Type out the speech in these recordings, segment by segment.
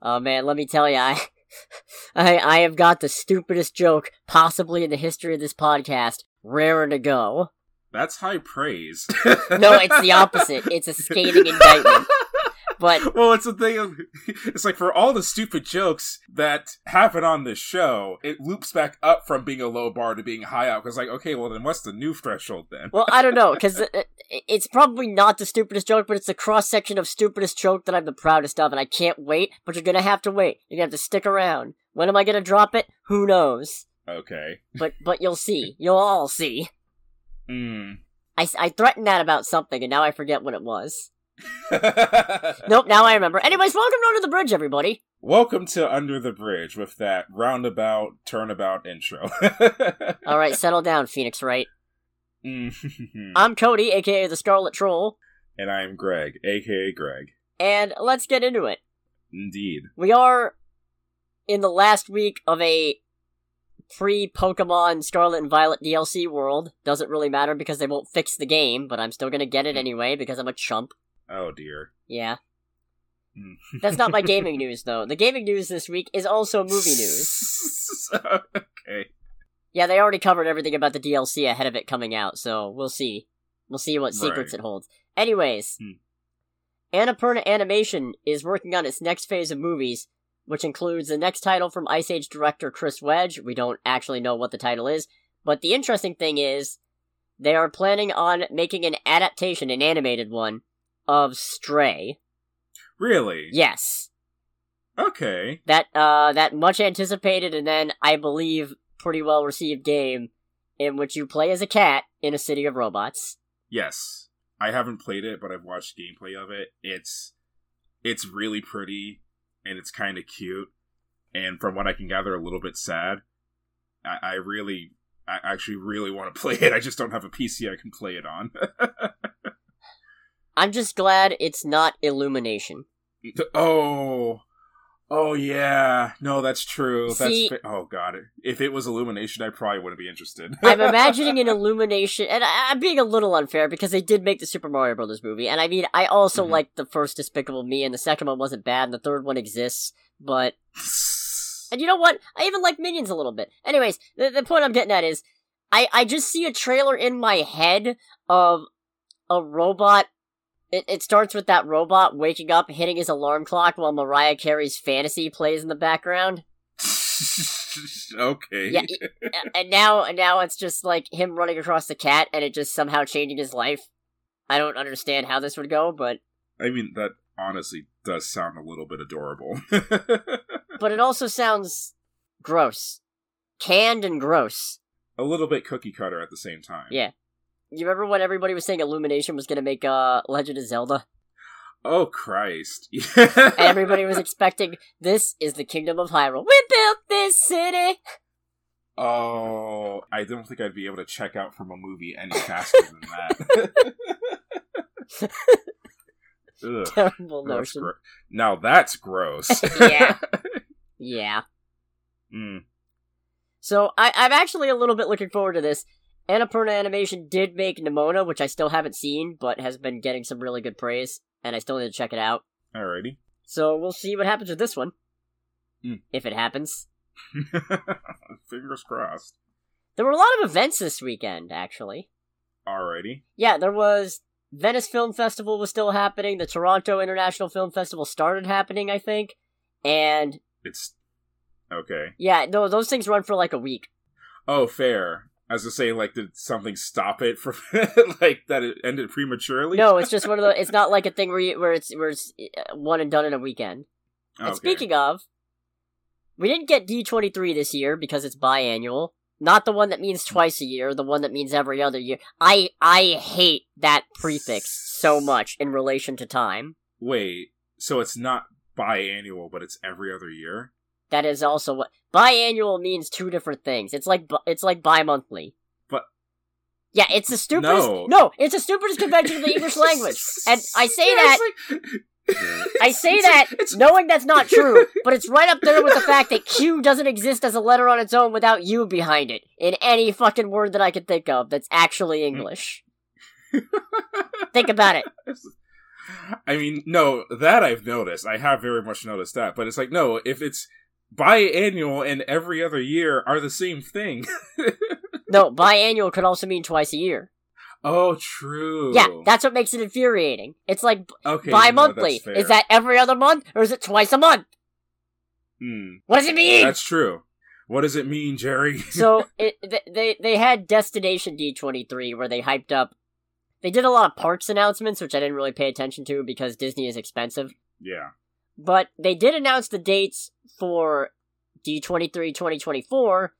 Oh man, let me tell you, I, I, I have got the stupidest joke possibly in the history of this podcast, raring to go. That's high praise. No, it's the opposite. It's a scathing indictment. But well, it's the thing. Of, it's like for all the stupid jokes that happen on this show, it loops back up from being a low bar to being high up. Because like, okay, well then, what's the new threshold then? well, I don't know because it's probably not the stupidest joke, but it's the cross section of stupidest joke that I'm the proudest of, and I can't wait. But you're gonna have to wait. You're gonna have to stick around. When am I gonna drop it? Who knows? okay. But but you'll see. You'll all see. Mm. I, s- I threatened that about something, and now I forget what it was. Nope, now I remember. Anyways, welcome to Under the Bridge, everybody. Welcome to Under the Bridge with that roundabout, turnabout intro. All right, settle down, Phoenix Wright. Mm. I'm Cody, aka the Scarlet Troll, and I'm Greg, aka Greg. and let's get into it. Indeed. We are in the last week of a pre Pokemon Scarlet and Violet DLC world. Doesn't really matter because they won't fix the game, but I'm still gonna get it anyway because I'm a chump. Oh dear. Yeah. Mm. That's not my gaming news, though. The gaming news this week is also movie news. okay. Yeah, they already covered everything about the DLC ahead of it coming out, so we'll see. We'll see what secrets Right. it holds. Anyways, Hmm. Annapurna Animation is working on its next phase of movies, which includes the next title from Ice Age director Chris Wedge. We don't actually know what the title is, but the interesting thing is they are planning on making an adaptation, an animated one, of Stray. Really? Yes. Okay. that uh that much anticipated and then I believe pretty well received game in which you play as a cat in a city of robots. Yes. I haven't played it, but I've watched gameplay of it. It's it's really pretty and it's kind of cute. And from what I can gather, a little bit sad. I, I really, I actually really want to play it. I just don't have a PC I can play it on. I'm just glad it's not Illumination. oh, oh yeah. No, that's true. See- that's fa- oh god. If it was Illumination, I probably wouldn't be interested. I'm imagining an Illumination, and I, I'm being a little unfair because they did make the Super Mario Brothers movie, and I mean, I also Mhm. liked the first Despicable Me, and the second one wasn't bad, and the third one exists, but And you know what? I even like Minions a little bit. Anyways, the, the point I'm getting at is, I, I just see a trailer in my head of a robot. It, it starts with that robot waking up, hitting his alarm clock while Mariah Carey's fantasy plays in the background. okay. Yeah, y- a- and now and now it's just like him running across the cat, and it just somehow changing his life. I don't understand how this would go, but I mean, that honestly does sound a little bit adorable. but it also sounds gross, canned and gross. a little bit cookie cutter at the same time. Yeah. You remember when everybody was saying Illumination was gonna make uh Legend of Zelda? Oh Christ. And everybody was expecting this is the kingdom of Hyrule. We built this city. oh, I don't think I'd be able to check out from a movie any faster than that. Ugh, Terrible that's notion. gro- now that's gross. yeah. Yeah. Mm, So I- I'm actually a little bit looking forward to this. Annapurna Animation did make Nimona, which I still haven't seen, but has been getting some really good praise, and I still need to check it out. alrighty. So we'll see what happens with this one. Hmm. If it happens. Fingers crossed. There were a lot of events this weekend, actually. Alrighty. Yeah, there was Venice Film Festival was still happening. The Toronto International Film Festival started happening, I think. And It's okay. yeah, no, those things run for like a week. Oh, fair. As to say, like, did something stop it from like that? It ended prematurely. No, it's just one of the. It's not like a thing where you, where it's where it's uh, one and done in a weekend. Okay. And speaking of, we didn't get D twenty three this year because it's biannual. Not the one that means twice a year, the one that means every other year. I I hate that prefix so much in relation to time. Wait, so it's not biannual, but it's every other year? That is also what biannual means. Two different things. It's like bu- it's like bi-monthly. But- yeah, it's the stupidest. No. No, it's the stupidest convention of the English language, and I say Yeah, that it's like- I it's- say it's like- that it's- knowing that's not true, but it's right up there with the fact that Q doesn't exist as a letter on its own without U behind it in any fucking word that I Mm. can think of that's actually English. think about it. I mean, no, that I've noticed. I have very much noticed that. But it's like, no, if it's biannual and every other year are the same thing. No, biannual could also mean twice a year. oh, true. Yeah, that's what makes it infuriating. It's like b- okay, bi-monthly. no, that's is fair. that every other month or is it twice a month? Hmm, What does it mean? that's true. What does it mean, Jerry? so it, th- they they had Destination D23 where they hyped up. They did a lot of parks announcements, which I didn't really pay attention to because Disney is expensive. yeah. But they did announce the dates for D23 2024.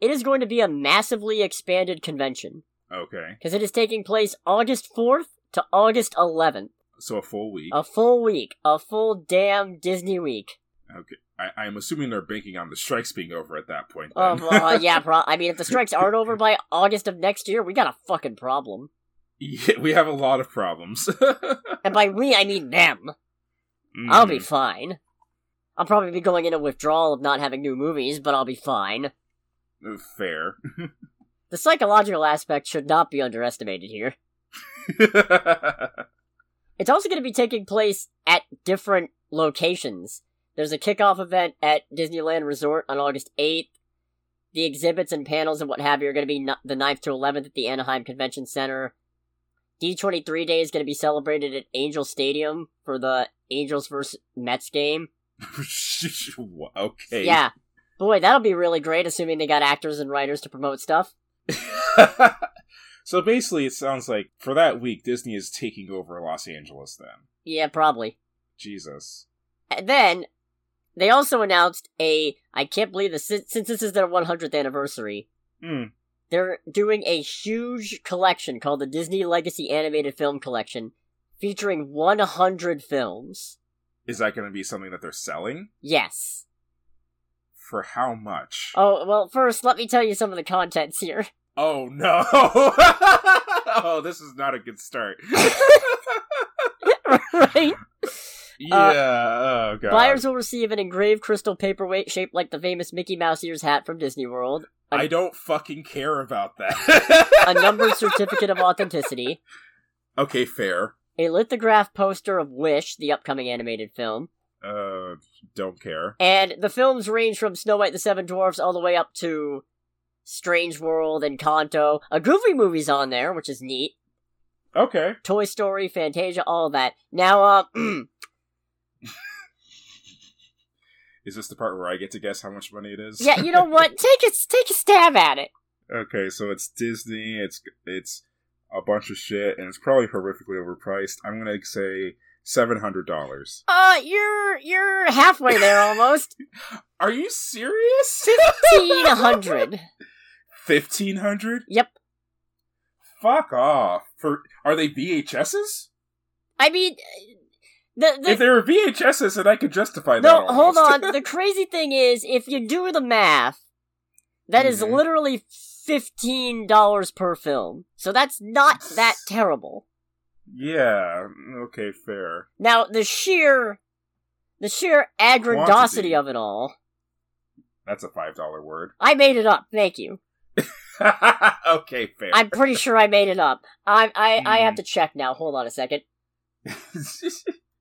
It is going to be a massively expanded convention Okay. because it is taking place August 4th to August 11th. So a full week. A full week. A full damn Disney week. Okay. I, I'm assuming they're banking on the strikes being over at that point. Oh, then. well, uh, yeah, pro- I mean, if the strikes aren't over by August of next year, we got a fucking problem. Yeah, we have a lot of problems. Hmm, And by we, I mean them. I'll be fine. I'll probably be going into withdrawal of not having new movies, but I'll be fine. Mm, fair. The psychological aspect should not be underestimated here. It's also going to be taking place at different locations. There's a kickoff event at Disneyland Resort on August 8th. The exhibits and panels and what have you are going to be no- the 9th to 11th at the Anaheim Convention Center. D23 Day is going to be celebrated at Angel Stadium for the Angels vs. Mets game. okay. Yeah. Boy, that'll be really great, assuming they got actors and writers to promote stuff. so basically, it sounds like for that week, Disney is taking over Los Angeles. Then Yeah, probably. Jesus. And then they also announced a I can't believe this since since this is their 100th anniversary. Mm. They're doing a huge collection called the Disney Legacy Animated Film Collection featuring 100 films. Is that going to be something that they're selling Yes. for how much? Oh, well, first let me tell you some of the contents here. Oh no! oh, this is not a good start. Uh, right? yeah. oh god. Buyers will receive an engraved crystal paperweight shaped like the famous Mickey Mouse ears hat from Disney World, I don't fucking care about that. a numbered certificate of authenticity, okay, fair. a lithograph poster of Wish, the upcoming animated film, Uh, don't care. And the films range from Snow White and the Seven Dwarfs all the way up to Strange World and Kanto. A Goofy movie's on there, which is neat. Okay. Toy Story, Fantasia, all of that. Now, uh, Is this the part where I get to guess how much money it is? yeah, you know what? Take a take a stab at it. Okay, so it's Disney. It's it's a bunch of shit, and it's probably horrifically overpriced. I'm gonna say seven hundred dollars. Uh, you're you're halfway there almost. Are you serious? Fifteen hundred. Fifteen hundred? Yep. Fuck off. For are they VHSs? I mean, the the if they were VHSs, then I could justify that. No, hold almost. on. The crazy thing is, if you do the math, that is Mhm. literally fifteen dollars per film. So that's not that terrible. yeah. Okay. Fair. Now the sheer, the sheer Quantity. aggrandosity of it all. That's a five dollar word. I made it up. Thank you. okay. Fair. I'm pretty sure I made it up. I I I have Mhm. to check now. Hold on a second.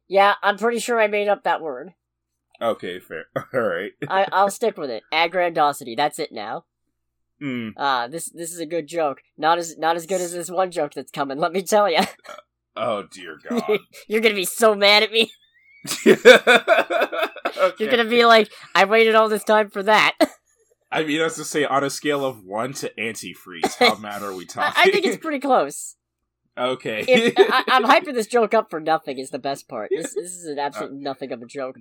Yeah, I'm pretty sure I made up that word. okay. Fair. All right. I, I'll stick with it. Aggrandosity. That's it now. Mm. Ah, this this is a good joke. Not as not as good as this one joke that's coming. Let me tell you. Oh dear God. You're gonna be so mad at me. Okay. You're gonna be like, I waited all this time for that. I mean, that's to say, on a scale of one to antifreeze, how mad are we I, talking? I think it's pretty close. okay. If, uh, I, I'm hyping this joke up for nothing is the best part. This this is an absolute nothing of a joke.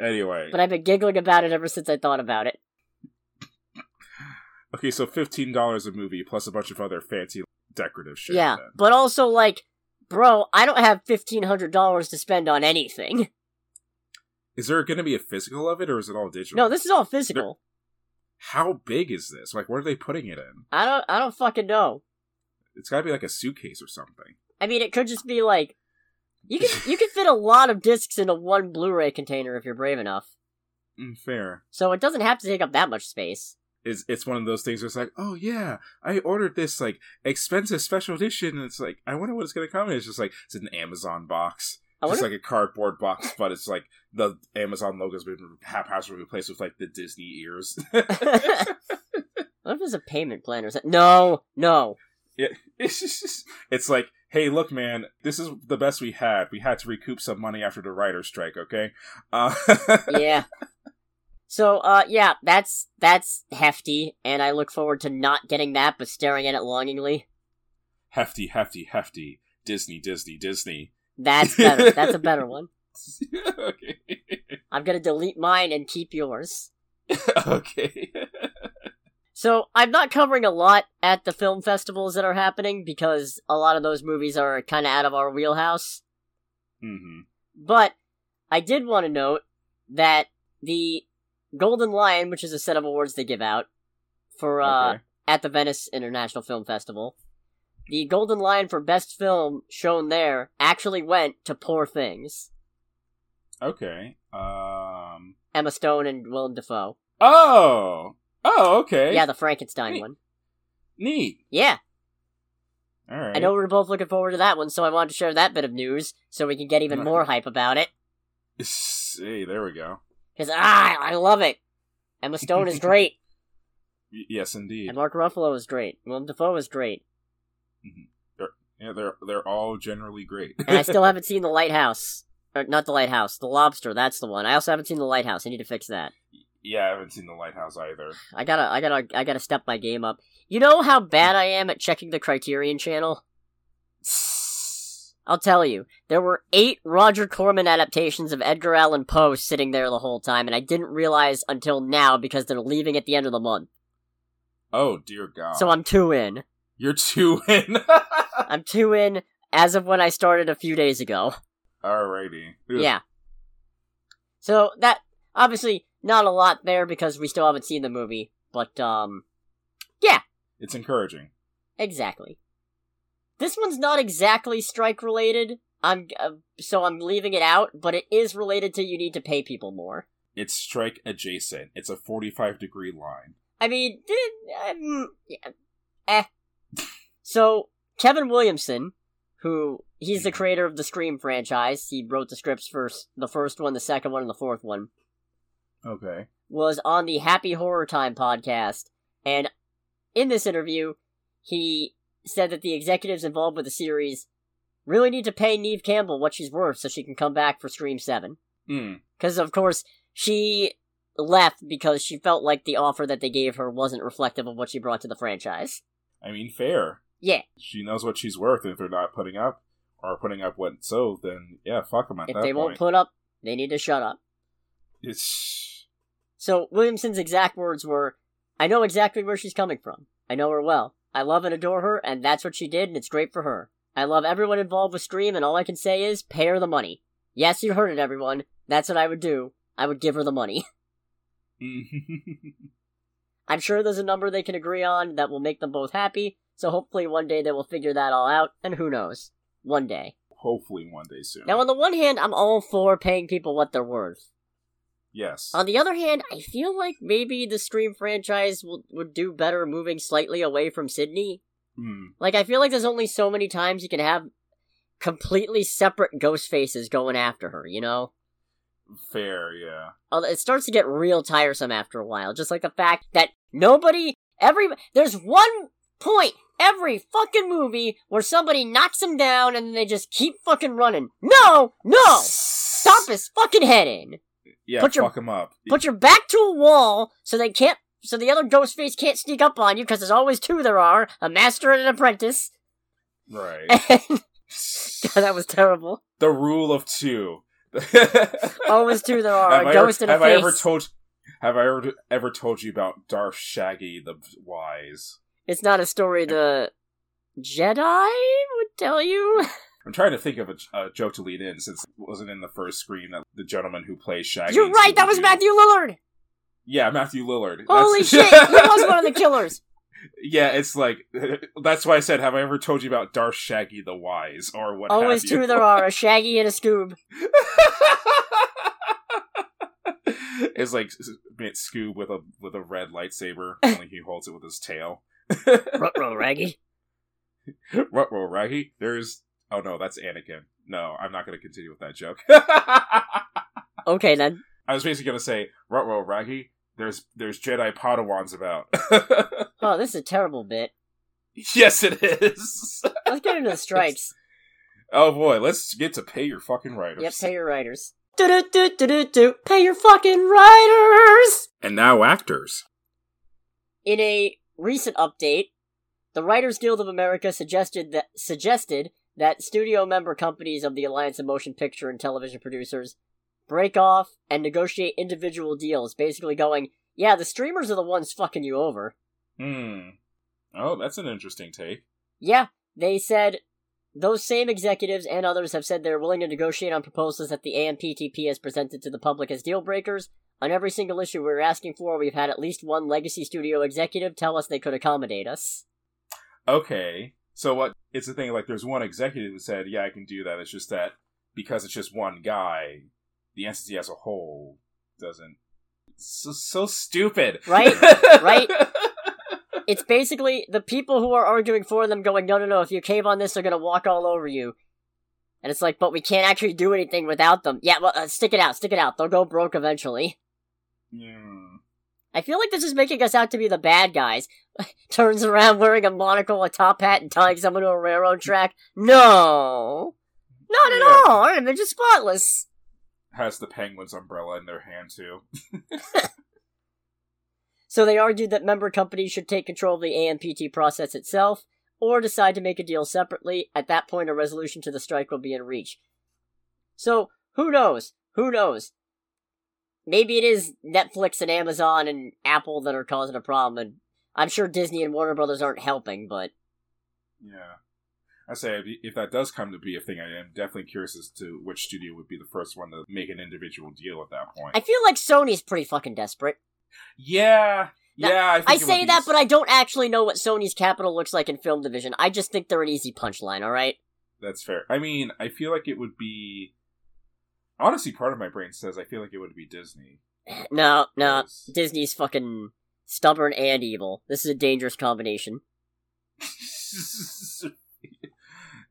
anyway, But I've been giggling about it ever since I thought about it. okay, so fifteen dollars a movie plus a bunch of other fancy decorative shit. yeah, then. but also like, bro, I don't have fifteen hundred dollars to spend on anything. is there going to be a physical of it, or is it all digital? No, this is all physical. How big is this? Like, what are they putting it in? I don't I don't fucking know. It's got to be like a suitcase or something. I mean, it could just be like, you can you can fit a lot of discs into one Blu-ray container if you're brave enough. Mm, fair. So it doesn't have to take up that much space. is it's one of those things where it's like, oh yeah, I ordered this like expensive special edition, and it's like, I wonder what it's gonna come. in. it's just like it's an Amazon box. I It's wonder, like a cardboard box, but it's like the Amazon logo's been haphazardly replaced with like the Disney ears. I wonder if there's a payment plan or something. No, no. it's just, it's like, hey, look, man, this is the best we had. We had to recoup some money after the writer's strike, okay? Uh, Yeah. So, uh, yeah, that's that's hefty, and I look forward to not getting that, but staring at it longingly. hefty, hefty, hefty. Disney, Disney, Disney. That's better. that's a better one. okay. I'm gonna delete mine and keep yours. okay. So I'm not covering a lot at the film festivals that are happening because a lot of those movies are kind of out of our wheelhouse. hmm But I did want to note that the Golden Lion, which is a set of awards they give out for uh, okay. at the Venice International Film Festival, the Golden Lion for Best Film shown there actually went to Poor Things, Okay. Um. Emma Stone and Willem Dafoe. Oh. Oh. Okay. Yeah, the Frankenstein Hey. one. Neat. Yeah, All right. I know we were both looking forward to that one, so I wanted to share that bit of news so we can get even Right. more hype about it. Hey, there we go. Because, ah, I love it. Emma Stone is great, Y- yes, indeed. and Mark Ruffalo is great, Willem Dafoe is great, Yeah, they're they're all generally great. and I still haven't seen The Lighthouse. Or, not The Lighthouse, The Lobster, that's the one. I also haven't seen The Lighthouse, I need to fix that. yeah, I haven't seen the lighthouse either. I gotta, I gotta, I gotta step my game up. You know how bad I am at checking the Criterion channel? I'll tell you, there were eight Roger Corman adaptations of Edgar Allan Poe sitting there the whole time, and I didn't realize until now because they're leaving at the end of the month. Oh dear God. So I'm two in. You're two in. I'm two in as of when I started a few days ago. Alrighty. Ugh. Yeah. So that obviously not a lot there because we still haven't seen the movie, but um It's encouraging. exactly. This one's not exactly strike related. I'm uh, so I'm leaving it out, but it is related to you need to pay people more. It's strike adjacent. It's a forty-five degree line. I mean, eh, um, yeah, eh. So Kevin Williamson, who he's the creator of the Scream franchise, he wrote the scripts for s- the first one, the second one, and the fourth one. Okay. was on the Happy Horror Time podcast, and in this interview, he said that the executives involved with the series really need to pay Neve Campbell what she's worth so she can come back for Scream 7. Mm. Because, of course, she left because she felt like the offer that they gave her wasn't reflective of what she brought to the franchise. I mean, fair. Yeah, She knows what she's worth, and if they're not putting up or putting up what so, then yeah, fuck them at if that they point. won't put up, they need to shut up. it's So, Williamson's exact words were I know exactly where she's coming from. I know her well. I love and adore her, and that's what she did, and it's great for her. I love everyone involved with Scream, and all I can say is pay her the money. Yes, you heard it, everyone. That's what I would do. I would give her the money. Mm-hmm. I'm sure there's a number they can agree on that will make them both happy, so hopefully one day they will figure that all out, and who knows? One day. hopefully one day soon. Now, on the one hand, I'm all for paying people what they're worth. yes. On the other hand, I feel like maybe the Scream franchise will, would do better moving slightly away from Sydney. Mm. Like, I feel like there's only so many times you can have completely separate ghost faces going after her, you know? Fair, yeah. Although It starts to get real tiresome after a while. Just like the fact that nobody, every, there's one point every fucking movie where somebody knocks him down and they just keep fucking running. No! No! Oh, Stop his fucking head in! Yeah, Put your- fuck him up. Put your back to a wall so they can't, so the other ghost face can't sneak up on you because there's always two there are a master and an apprentice. right. that was terrible. the rule of two. Always two there are. have a I ghost ever, and a have face. I ever told? Have I ever ever told you about Darth Shaggy the Wise? it's not a story the Jedi would tell you. I'm trying to think of a, a joke to lead in since it wasn't in the first screen that the gentleman who plays Shaggy. You're in right. That was Scooby-Doo- Matthew Lillard. Yeah, Matthew Lillard. Holy That's- shit! He was one of the killers. yeah, it's like that's why I said, have I ever told you about Darth Shaggy the Wise or what? Always have two you? there are. A Shaggy and a Scoob. is like it's Scoob with a with a red lightsaber, only he holds it with his tail. Rutro Rutro Raggy. Raggy. There's oh no, that's Anakin. No, I'm not going to continue with that joke. Okay then. I was basically going to say Rutro Raggy. There's there's Jedi Padawans about. Oh, this is a terrible bit. yes, it is. Let's get into the strikes. Oh boy, let's get to pay your fucking writers. Yep, pay your writers. Do do do do do do. Pay your fucking writers. and now actors. In a recent update, the Writers Guild of America suggested that suggested that studio member companies of the Alliance of Motion Picture and Television Producers break off and negotiate individual deals, basically going, "Yeah, the streamers are the ones fucking you over." Hmm. Oh, that's an interesting take. Yeah, they said those same executives and others have said they're willing to negotiate on proposals that the AMPTP has presented to the public as deal breakers. On every single issue we're asking for, we've had at least one legacy studio executive tell us they could accommodate us. Okay. So what? It's the thing. Like, there's one executive who said, "Yeah, I can do that." It's just that because it's just one guy, the entity as a whole doesn't. It's so, so stupid. Right, right. It's basically the people who are arguing for them going, no, no, no, if you cave on this, they're going to walk all over you. And it's like, but we can't actually do anything without them. Yeah, well, uh, stick it out, stick it out. They'll go broke eventually. Hmm. I feel like this is making us out to be the bad guys. Turns around wearing a monocle, a top hat, and tying someone to a railroad track. No! Not at Yeah. all! Our image is spotless! Has the penguin's umbrella in their hand too. So they argued that member companies should take control of the AMPT process itself, or decide to make a deal separately. At that point, a resolution to the strike will be in reach. So, who knows? Who knows? Maybe it is Netflix and Amazon and Apple that are causing a problem, and I'm sure Disney and Warner Brothers aren't helping, but Yeah. I say if- if that does come to be a thing, I am definitely curious as to which studio would be the first one to make an individual deal at that point. I feel like Sony's pretty fucking desperate. yeah, Now, yeah. I, think I it would say be that, but I don't actually know what Sony's capital looks like in film division. I just think they're an easy punchline, alright? That's fair. I mean, I feel like it would be. Honestly, part of my brain says I feel like it would be Disney. No, no. 'Cause- Disney's fucking stubborn and evil. This is a dangerous combination.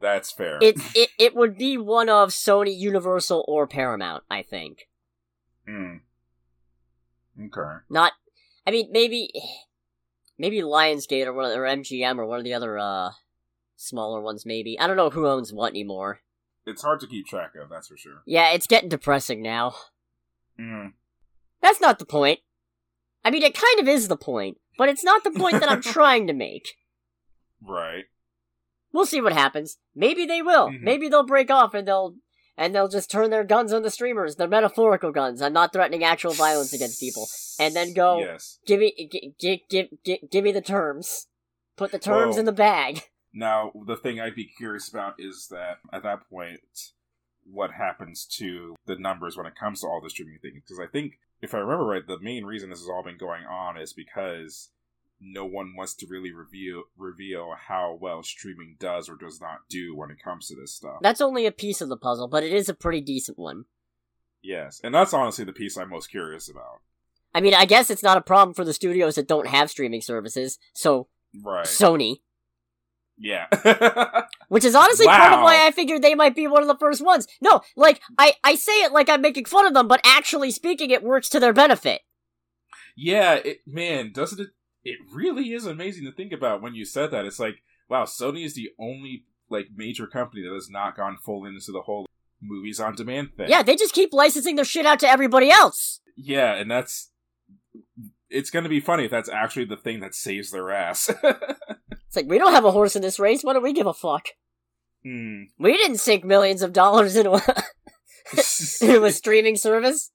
That's fair. It, it, it would be one of Sony, Universal, or Paramount, I think. Mm. Okay. Not, I mean, maybe, maybe Lionsgate or, one, or MGM or one of the other, uh, smaller ones, maybe. I don't know who owns what anymore. It's hard to keep track of, that's for sure. Yeah, it's getting depressing now. Mm. That's not the point. I mean, it kind of is the point, but it's not the point that I'm trying to make. Right. We'll see what happens. Maybe they will. Mhm. Maybe they'll break off and they'll and they'll just turn their guns on the streamers, their metaphorical guns. I'm not threatening actual violence against people. And then go, Yes. Give me, g- g- give, g- give me the terms. Put the terms Whoa. in the bag. Now, the thing I'd be curious about is that at that point, what happens to the numbers when it comes to all the streaming things? Because I think, if I remember right, the main reason this has all been going on is because no one wants to really review reveal how well streaming does or does not do when it comes to this stuff. That's only a piece of the puzzle, but it is a pretty decent one. yes, and that's honestly the piece I'm most curious about. I mean, I guess it's not a problem for the studios that don't have streaming services. So Right? Sony, yeah. Which is honestly part of Wow. why I figured they might be one of the first ones. No, like, I, I say it like I'm making fun of them, but actually speaking, it works to their benefit. Yeah, it, man, doesn't it? It really is amazing to think about when you said that. It's like, wow, Sony is the only like major company that has not gone full into the whole movies on demand thing. Yeah, they just keep licensing their shit out to everybody else. yeah, and that's it's going to be funny if that's actually the thing that saves their ass. It's like, we don't have a horse in this race, why do we give a fuck? Hmm. We didn't sink millions of dollars into a, into a streaming service.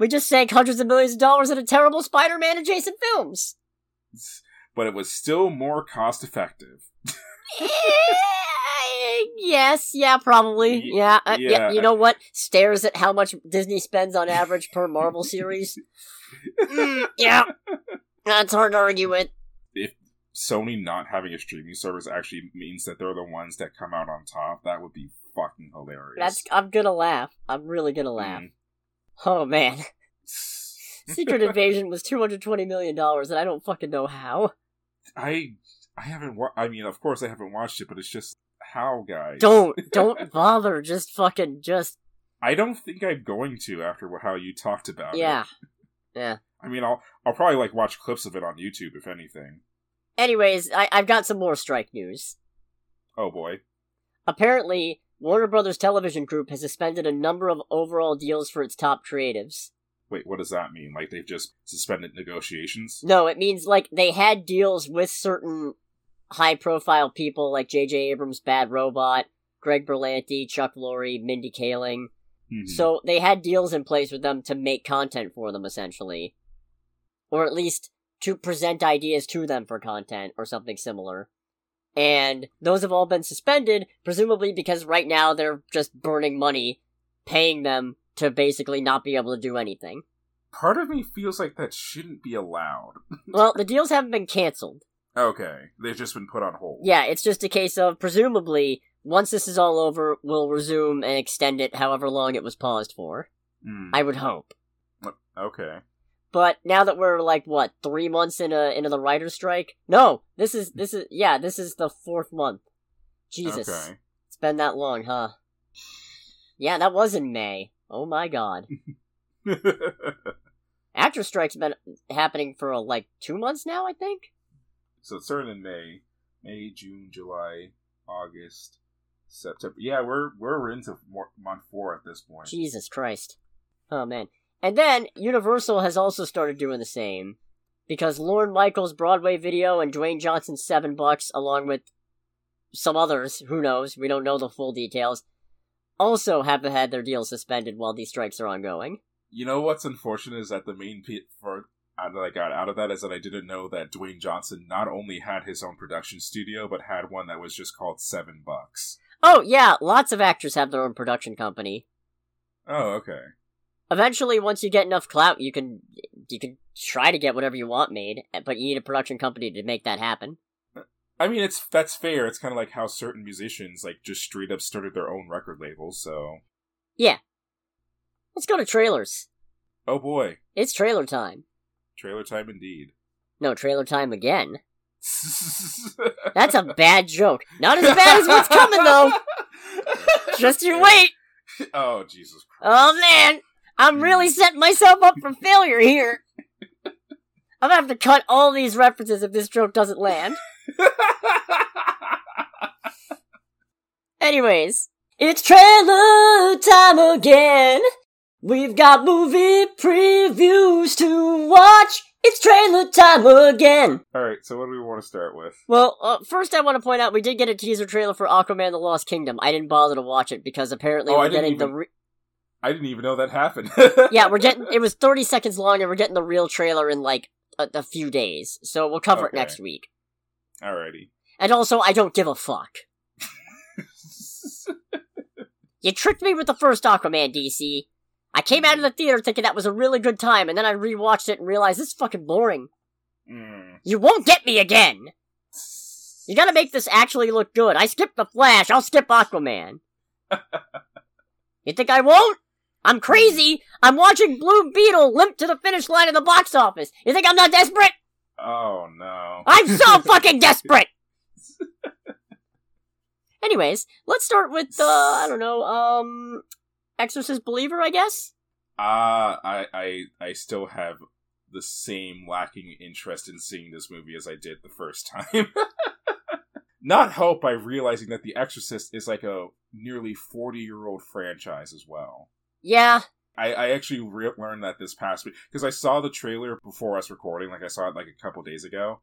We just sank hundreds of millions of dollars into terrible Spider-Man adjacent films. but it was still more cost effective. Eh, yes, yeah, probably. Y- Yeah, uh, yeah, yeah, You I- know what? Stares at how much Disney spends on average per Marvel series. Mm, yeah, that's hard to argue with. Sony not having a streaming service actually means that they're the ones that come out on top. That would be fucking hilarious. That's I'm gonna laugh. I'm really gonna laugh. Mm. Oh man. Secret Invasion was two hundred twenty million dollars, and I don't fucking know how. I I haven't. Wa- I mean, of course, I haven't watched it, but it's just how guys. Don't don't bother. Just fucking just I don't think I'm going to after wh- how you talked about it. yeah. I mean, I'll I'll probably like watch clips of it on YouTube if anything. Anyways, I, I've got some more strike news. Oh boy. Apparently, Warner Brothers Television Group has suspended a number of overall deals for its top creatives. Wait, what does that mean? Like they've just suspended negotiations? No, it means like they had deals with certain high profile people like J.J. Abrams, Bad Robot, Greg Berlanti, Chuck Lorre, Mindy Kaling. Mhm. Mm-hmm. So they had deals in place with them to make content for them, essentially. Or at least to present ideas to them for content or something similar. And those have all been suspended, presumably because right now they're just burning money, paying them to basically not be able to do anything. part of me feels like that shouldn't be allowed. Well, the deals haven't been canceled. Okay, they've just been put on hold. Yeah, it's just a case of presumably once this is all over, we'll resume and extend it however long it was paused for. Mm, I would hope. okay. But now that we're like what three months into into the writer's strike, no, this is this is yeah, this is the fourth month. Jesus, Okay. it's been that long, huh? Yeah, that was in May. Oh my God, actor strike's been happening for like two months now, I think. so it's starting in May, May, June, July, August, September. Yeah, we're we're into more, month four at this point. Jesus Christ. Oh man. And then Universal has also started doing the same because Lorne Michaels' Broadway video and Dwayne Johnson's Seven Bucks, along with some others, who knows, we don't know the full details, also have had their deals suspended while these strikes are ongoing. You know what's unfortunate is that the main pe- for out that I got out of that is that I didn't know that Dwayne Johnson not only had his own production studio but had one that was just called Seven Bucks. Oh, yeah, lots of actors have their own production company. Oh, okay. Eventually, once you get enough clout, you can you can try to get whatever you want made, but you need a production company to make that happen. I mean, it's that's fair. It's kind of like how certain musicians like just straight up started their own record labels. So, Let's go to trailers. oh boy, It's trailer time. trailer time indeed. No, trailer time again. That's a bad joke. Not as bad as what's coming though. Just you wait. Oh Jesus Christ! Oh man, I'm really setting myself up for failure here. I'm gonna have to cut all these references if this joke doesn't land. Anyways, it's trailer time again. We've got movie previews to watch. It's trailer time again. All right, so what do we want to start with? Well, uh, first I want to point out we did get a teaser trailer for Aquaman: The Lost Kingdom. I didn't bother to watch it because apparently Oh, I we're didn't getting the even- re- I didn't even know that happened. yeah, we're getting it was 30 seconds long and we're getting the real trailer in like a, a few days. So we'll cover it Okay. next week. Alrighty. And also, I don't give a fuck. You tricked me with the first Aquaman DC. I came out of the theater thinking that was a really good time and then I rewatched it and realized this is fucking boring. Mm. You won't get me again. You got to make this actually look good. I skipped the Flash, I'll skip Aquaman. you think I won't? I'm crazy. I'm watching Blue Beetle limp to the finish line in the box office. You think I'm not desperate? Oh no. I'm so fucking desperate. Anyways, let's start with uh, I don't know, um, Exorcist believer, I guess. Ah, I, I, I still have the same lacking interest in seeing this movie as I did the first time. Not helped by realizing that The Exorcist is like a nearly forty-year-old franchise as well. Yeah, I, I actually re- learned that this past week because I saw the trailer before us recording. Like I saw it like a couple days ago,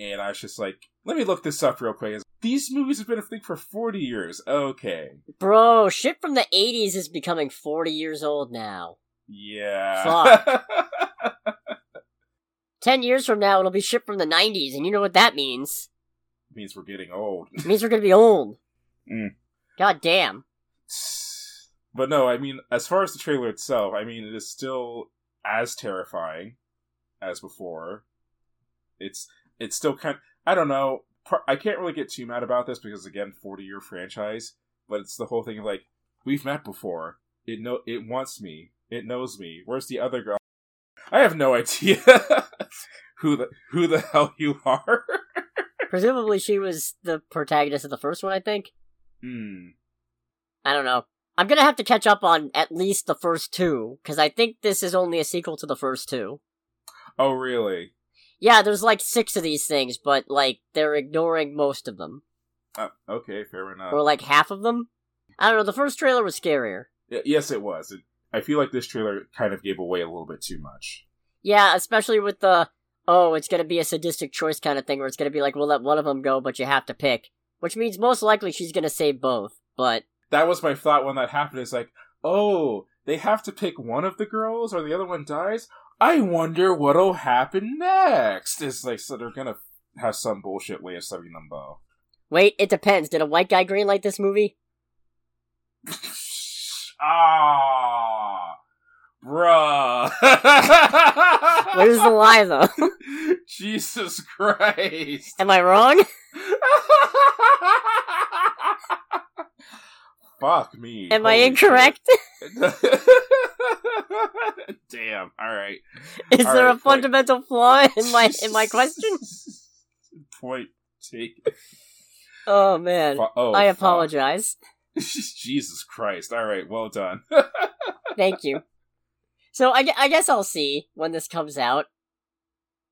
and I was just like, "Let me look this up real quick." These movies have been a thing for forty years. Okay, bro, shit from the '80s is becoming 40 years old now. yeah. Ten years from now, it'll be shit from the '90s, and you know what that means? Means we're getting old. It means we're gonna be old. Mm. God damn. But no, I mean, as far as the trailer itself, I mean, it is still as terrifying as before. It's it's still kind. I don't know. par- I can't really get too mad about this because again, forty year franchise. But it's the whole thing of like we've met before. It no, it wants me. It knows me. Where's the other girl? I have no idea who the who the hell you are. Presumably, she was the protagonist of the first one. I think. Hmm. I don't know. I'm gonna have to catch up on at least the first two because I think this is only a sequel to the first two. Oh, really? Yeah, there's like six of these things, but like they're ignoring most of them, Uh, okay, fair enough. or like half of them. I don't know. The first trailer was scarier. Y- yes, it was. It, I feel like this trailer kind of gave away a little bit too much. Yeah, especially with the oh, it's gonna be a sadistic choice kind of thing where it's gonna be like we'll let one of them go, but you have to pick, which means most likely she's gonna save both. But That was my thought when that happened. It's like, oh, they have to pick one of the girls, or the other one dies. I wonder what'll happen next. It's like so they're gonna have some bullshit way of subbing them both. wait, it depends. Did a white guy greenlight this movie? ah, bruh. Where's the lie though? Jesus Christ. Am I wrong? Fuck me. Am I Holy incorrect? shit. Damn. All right. Is All there right, a point. fundamental flaw in my in my question? Point take. Oh man. Fu- oh, I fuck. apologize. Jesus Christ. All right. Well done. Thank you. So I, gue- I guess I'll see when this comes out.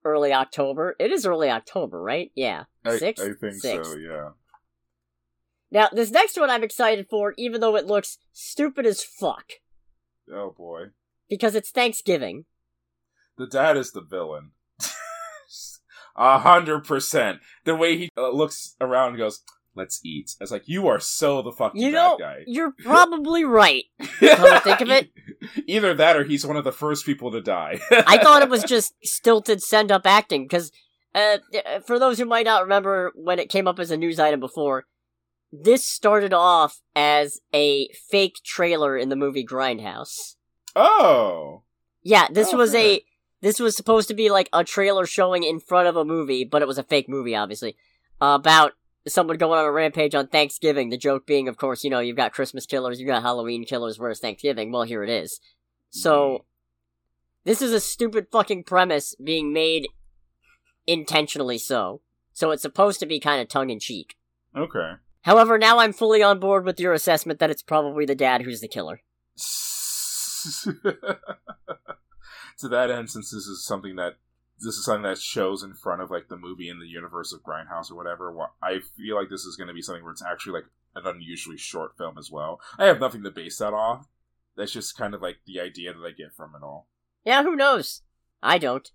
Early October. It is early October, right? Yeah. I, Sixth? I think so. Sixth. Yeah. Now this next one I'm excited for, even though it looks stupid as fuck Oh boy. because it's Thanksgiving. The dad is the villain. A hundred percent. The way he uh, looks around and goes, "Let's eat." It's like you are so the fucking You bad know, guy. you're probably right. come to think of it- either that or he's one of the first people to die. I thought it was just stilted send up acting because, uh, uh, for those who might not remember when it came up as a news item before, this started off as a fake trailer in the movie Grindhouse. oh, Yeah, this Oh, was okay. a this was supposed to be like a trailer showing in front of a movie, but it was a fake movie, obviously, about someone going on a rampage on Thanksgiving. The joke being, of course, you know, you've got Christmas killers, you've got Halloween killers. Where's Thanksgiving? Well, here it is. So this is a stupid fucking premise being made intentionally so. So it's supposed to be kind of tongue in cheek. okay. However, now I'm fully on board with your assessment that it's probably the dad who's the killer. to that end, since this is something that this is something that shows in front of like the movie in the universe of Grindhouse or whatever, wha- I feel like this is going to be something where it's actually like an unusually short film as well. I have nothing to base that off. That's just kind of like the idea that I get from it all. Yeah, who knows? I don't.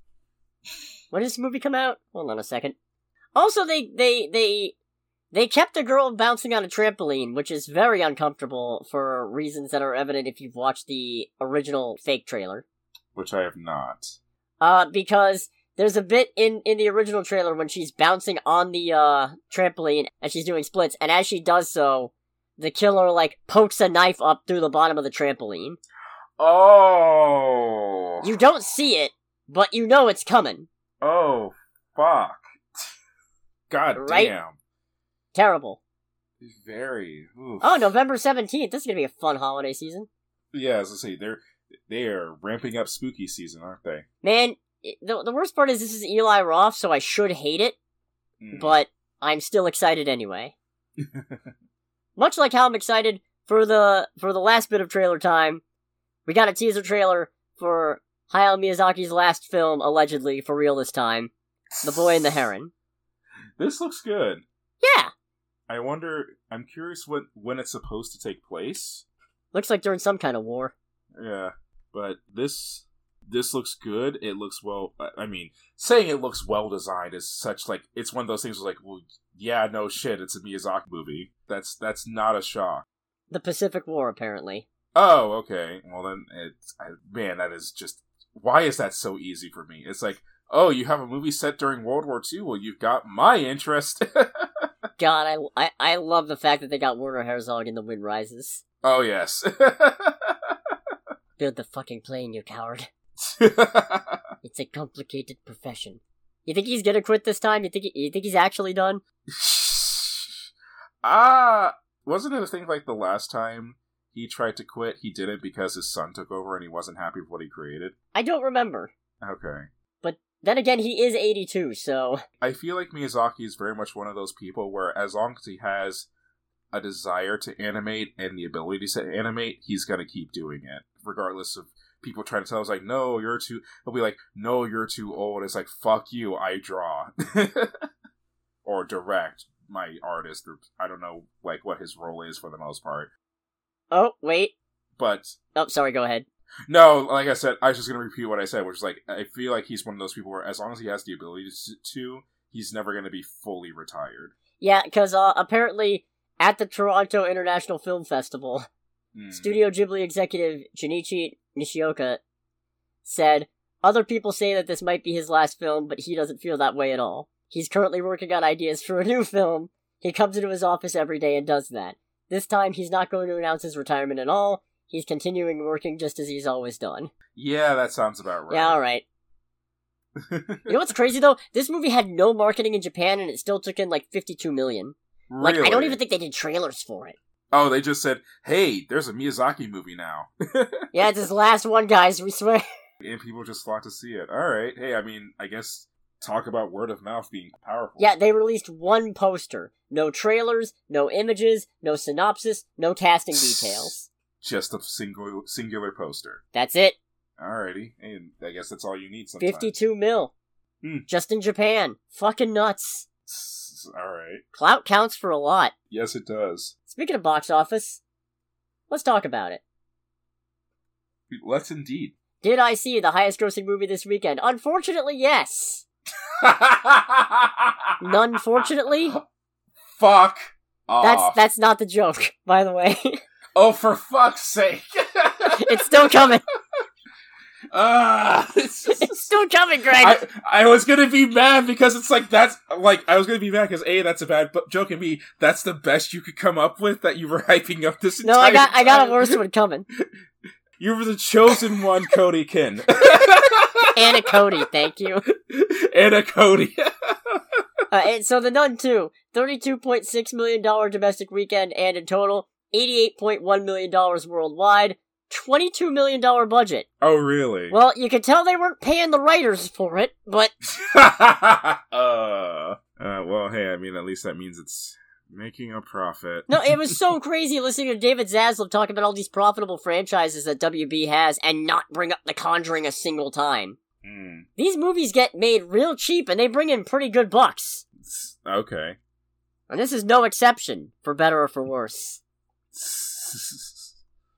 When does this movie come out? Hold on a second. Also, they they they they kept the girl bouncing on a trampoline, which is very uncomfortable for reasons that are evident if you've watched the original fake trailer. Which I have not. uh, because there's a bit in in the original trailer when she's bouncing on the uh trampoline and she's doing splits, and as she does so, the killer like pokes a knife up through the bottom of the trampoline. Oh. You don't see it, but you know it's coming. Oh. Fuck. God Right? damn. Terrible. Very. Oof. Oh, November seventeenth. This is gonna be a fun holiday season, Yeah, as I say, they're they are ramping up spooky season, aren't they? man. it- The the worst part is this is Eli Roth, so I should hate it, Mm. but I'm still excited anyway. Much like how I'm excited for the for the last bit of trailer time, we got a teaser trailer for Hayao Miyazaki's last film, allegedly for real this time, The Boy and the Heron. This looks good. Yeah, I wonder. I'm curious when when it's supposed to take place. looks like during some kind of war. Yeah, but this this looks good. It looks well. I- I mean, saying it looks well designed is such like it's one of those things. Where like, well, yeah, no shit, it's a Miyazaki movie. That's that's not a shock. The Pacific War, apparently. Oh, okay. Well, then it's I, man, that is just why is that so easy for me? It's like, oh, you have a movie set during World War II. Well, you've got my interest. God, I, I, I love the fact that they got Werner Herzog in The Wind Rises. oh yes. Build the fucking plane, you coward. It's a complicated profession. You think he's gonna quit this time? You think he, you think he's actually done? Ah, wasn't it a thing like the last time he tried to quit. He didn't because his son took over and he wasn't happy with what he created. I don't remember. Okay. Then again, he is 82, so I feel like Miyazaki is very much one of those people where as long as he has a desire to animate and the ability to animate, he's gonna keep doing it, regardless of people trying to tell us like, no, you're too they'll be like, No, you're too old. It's like, fuck you, I draw. or direct my artist or I don't know like what his role is for the most part. Oh, wait. But Oh, sorry, go ahead. no, like I said, I was just gonna repeat what I said, which is like I feel like he's one of those people where, as long as he has the ability to- to, he's never gonna be fully retired. Yeah, because uh, apparently at the Toronto International Film Festival, Mm. Studio Ghibli executive Junichi Nishioka said, Other people say that this might be his last film, but he doesn't feel that way at all. He's currently working on ideas for a new film. He comes into his office every day and does that. This time, he's not going to announce his retirement at all. He's continuing working just as he's always done. Yeah, that sounds about right. Yeah, alright. You know what's crazy though? This movie had no marketing in Japan and it still took in like 52 million. Like, really? I don't even think they did trailers for it. Oh, they just said, "Hey, there's a Miyazaki movie now," Yeah, it's his last one, guys, we swear. and people just flocked to see it. All right. Hey, I mean, I guess talk about word of mouth being powerful. Yeah, they released one poster. No trailers, no images, no synopsis, no casting details. Just a single singular poster. That's it. Alrighty, and I guess that's all you need. Sometimes. 52 mil. Hmm. Just in Japan. Fucking nuts. All right. Clout counts for a lot. Yes, it does. Speaking of box office, let's talk about it. Let's indeed. Did I see the highest grossing movie this weekend? Unfortunately, yes. None fortunately? Fuck That's off. that's not the joke, by the way. oh, for fuck's sake. it's still coming. Ah, it's just- It's still coming, Greg. I, I was gonna be mad because it's like that's like I was gonna be mad because a that's a bad bu- joke and b that's the best you could come up with that you were hyping up this. no, I entire got I got time. a worse one coming. You were the chosen one, Cody Kin, Anna Cody, thank you. Anna Cody. Uh, and so the Nun 2, $32.6 million domestic weekend, and in total, $88.1 million worldwide, $22 million budget. oh really? Well, you can tell they weren't paying the writers for it, but uh, uh, well, hey, I mean, at least that means it's making a profit. no, it was so crazy listening to David Zaslav talk about all these profitable franchises that WB has and not bring up The Conjuring a single time. Hmm. These movies get made real cheap and they bring in pretty good bucks. S- Okay. And this is no exception, for better or for worse.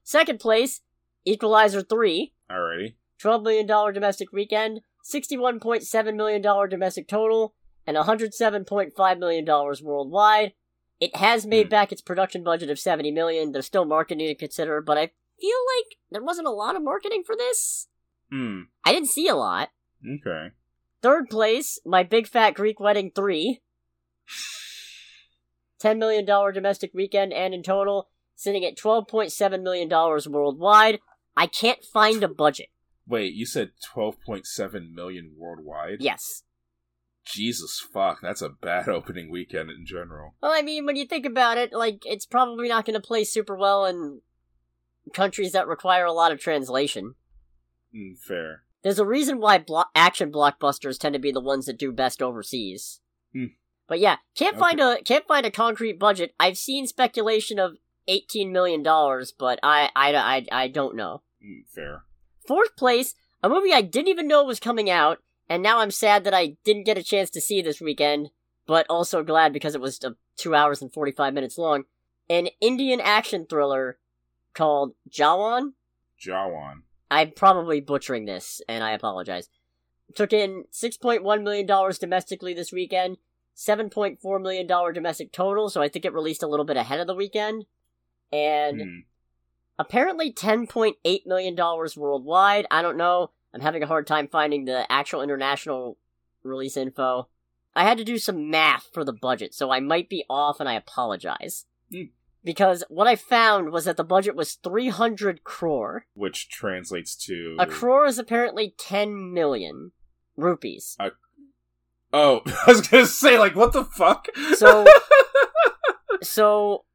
Second place, Equalizer 3, Alrighty. $12 million domestic weekend, $61.7 million domestic total, and $107.5 million worldwide. It has made Hmm. back its production budget of $70 million. There's still marketing to consider, but I feel like there wasn't a lot of marketing for this. Hmm. I didn't see a lot. Okay. Third place, My Big Fat Greek Wedding 3. $10 million domestic weekend and in total, sitting at $12.7 million worldwide. I can't find a budget. Wait, you said 12.7 million worldwide? Yes. Jesus fuck, that's a bad opening weekend in general. Well, I mean, when you think about it, like, it's probably not going to play super well in countries that require a lot of translation. Mm, fair. There's a reason why blo- action blockbusters tend to be the ones that do best overseas. Hmm. But yeah, can't Okay. find a can't find a concrete budget. I've seen speculation of eighteen million dollars, but I, I, I, I don't know. Mm, fair. Fourth place, a movie I didn't even know was coming out, and now I'm sad that I didn't get a chance to see this weekend, but also glad because it was uh, two hours and forty five minutes long. An Indian action thriller called Jawan. Jawan. I'm probably butchering this, and I apologize. Took in $6.1 million domestically this weekend, $7.4 million domestic total, so I think it released a little bit ahead of the weekend. And Hmm. apparently $10.8 million worldwide. I don't know. I'm having a hard time finding the actual international release info. I had to do some math for the budget, so I might be off and I apologize. Mm. Because what I found was that the budget was 300 crore. Which translates to. A crore is apparently 10 million rupees. oh, I was gonna say, like, what the fuck? So, so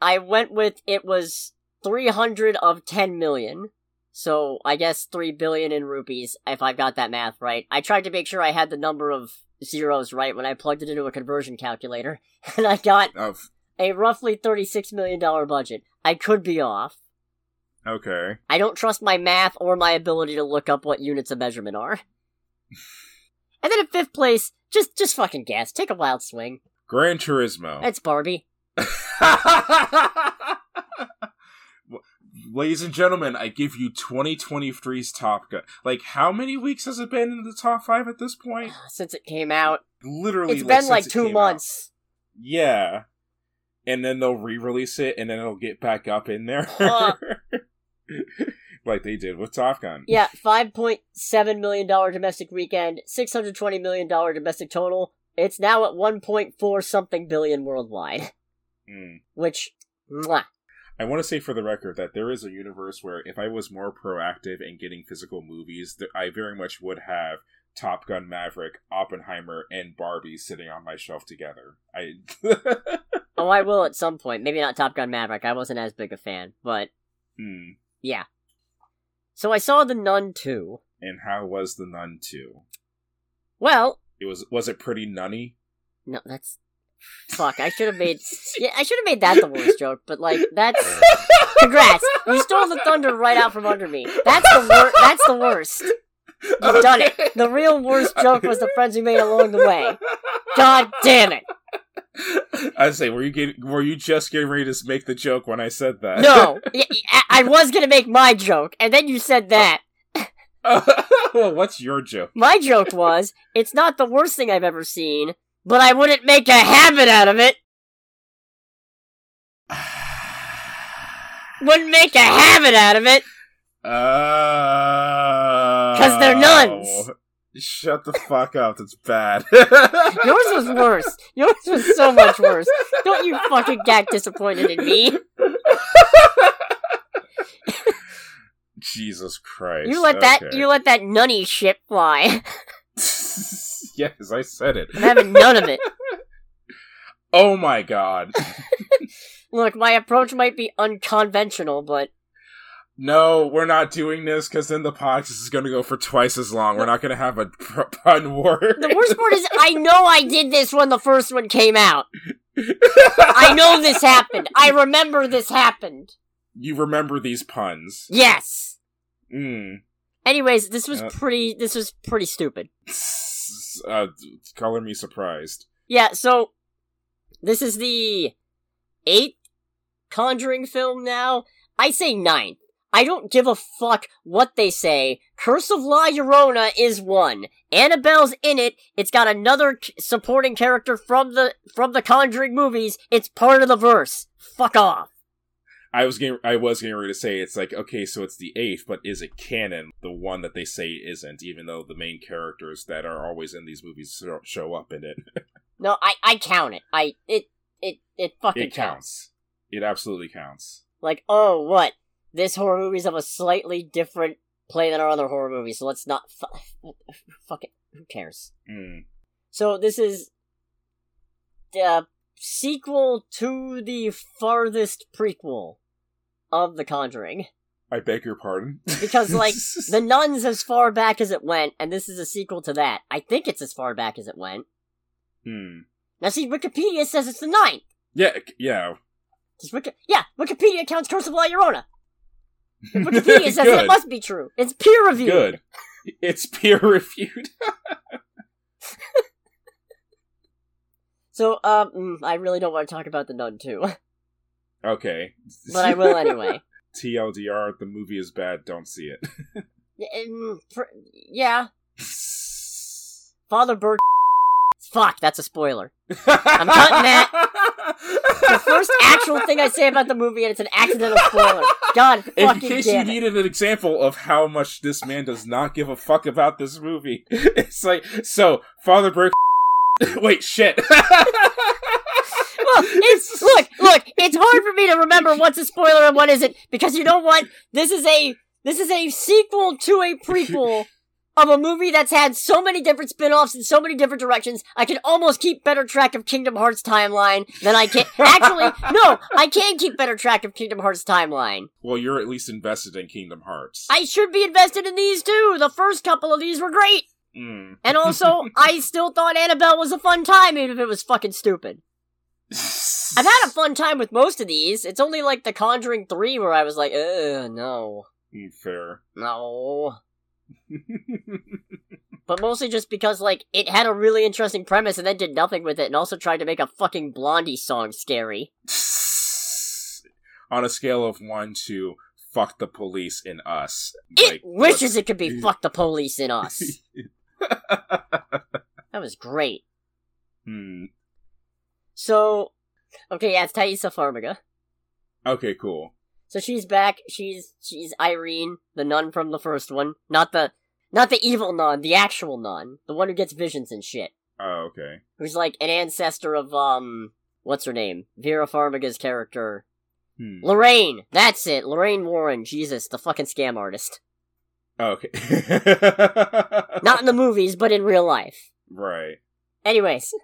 I went with it was 300 of 10 million. So I guess 3 billion in rupees, if I've got that math right. I tried to make sure I had the number of zeros right when I plugged it into a conversion calculator, and I got Of a roughly $36 million budget. I could be off. okay, I don't trust my math or my ability to look up what units of measurement are. and then in fifth place, just just fucking guess. Take a wild swing. Gran Turismo. It's Barbie. Well, Ladies and gentlemen, I give you 2023's Top Gun. Like, how many weeks has it been in the top five at this point? Since it came out, Literally, it's been since like it two came out. months. Yeah, and then they'll re-release it, and then it'll get back up in there, Fuck. like they did with Top Gun. Yeah, five point seven million dollar domestic weekend, six hundred twenty million dollar domestic total. It's now at one point four something billion worldwide, Mm. which. Mwah. I want to say for the record that there is a universe where if I was more proactive in getting physical movies, that I very much would have Top Gun Maverick, Oppenheimer, and Barbie sitting on my shelf together. I Hmm. Oh, I will at some point. Maybe not Top Gun Maverick. I wasn't as big a fan, but Hmm. so I saw the Nun two. and how was the Nun too? Well, It was was it pretty nunny? no, that's fuck. I should have made yeah, I should have made that the worst joke. But like, that's congrats. You stole the thunder right out from under me. That's the wor- That's the worst. You've done it. The real worst joke was the friends we made along the way. God damn it. I say, were you getting, were you just getting ready to make the joke when I said that? No, Y- y- I I was gonna make my joke, and then you said that. well, what's your joke? My joke was, it's not the worst thing I've ever seen, but I wouldn't make a habit out of it. Wouldn't make a habit out of it. Uh, Because they're nuns. Shut the fuck up. That's bad. Yours was worse. Yours was so much worse. Don't you fucking get disappointed in me. Jesus Christ. You let that okay. you let that nunny shit fly. yes, I said it. I'm having none of it. Oh my god. Look, my approach might be unconventional, but No, we're not doing this because then the podcast is going to go for twice as long. We're not going to have a pr- pun war. the worst part is I know I did this when the first one came out. I know this happened. I remember this happened. you remember these puns. Yes. Mm. Anyways, this was Uh. pretty this was pretty stupid. Uh, color me surprised. Yeah, so this is the eighth Conjuring film now. I say ninth. I don't give a fuck what they say. Curse of La Llorona is one. Annabelle's in it. It's got another c- supporting character from the from the Conjuring movies. It's part of the verse. Fuck off. I was getting, I was getting ready to say it's like okay, so it's the eighth, but is it canon? The one that they say isn't, even though the main characters that are always in these movies show- show up in it. No, I I count it. I it it it fucking It counts. It absolutely counts. like, oh, what? This horror movie's of a slightly different play than our other horror movies, so let's not. Fu- fuck it. Who cares? Mm. So this is the sequel to the farthest prequel of The Conjuring. I beg your pardon. Because, like, The Nun's as far back as it went, and this is a sequel to that. I think it's as far back as it went. Hmm. Now, see, Wikipedia says it's the ninth. yeah, c- yeah. Does Wiki- yeah, Wikipedia counts Curse of La Llorona. Wikipedia says it Good. must be true. It's peer reviewed. Good. It's peer reviewed. So, um, mm, I really don't want to talk about the nun too, okay. but I will anyway. TLDR: The movie is bad. Don't see it. Y- mm, pr- yeah, Father Bird. Fuck, that's a spoiler. I'm cutting The first actual thing I say about the movie, and it's an accidental spoiler. God In fucking case you damn it. needed an example of how much this man does not give a fuck about this movie, it's like so. Father Burke. Wait, shit. Well, it's look, look. It's hard for me to remember what's a spoiler and what isn't because you know what? This is a this is a sequel to a prequel of a movie that's had so many different spin-offs in so many different directions. I can almost keep better track of Kingdom Hearts timeline than I can actually no, I can keep better track of Kingdom Hearts timeline. Well, you're at least invested in Kingdom Hearts. I should be invested in these too. The first couple of these were great. Mm. And also, I still thought Annabelle was a fun time even if it was fucking stupid. I've had a fun time with most of these. It's only like The Conjuring 3 where I was like, "Uh, no. Mm, fair. No." but mostly just because like it had a really interesting premise and then did nothing with it and also tried to make a fucking blondie song scary On a scale of one to fuck the police in us, it like, wishes let's- it could be fuck the police in us that was great Hmm. so okay yeah it's Thaisa farmiga Okay, cool. so she's back she's she's irene the nun from the first one not the not the evil nun the actual nun the one who gets visions and shit Oh, okay. who's like an ancestor of um what's her name vera farmiga's character Hmm. Lorraine, that's it. Lorraine Warren, Jesus, the fucking scam artist. Okay. Not in the movies, but in real life. right. Anyways,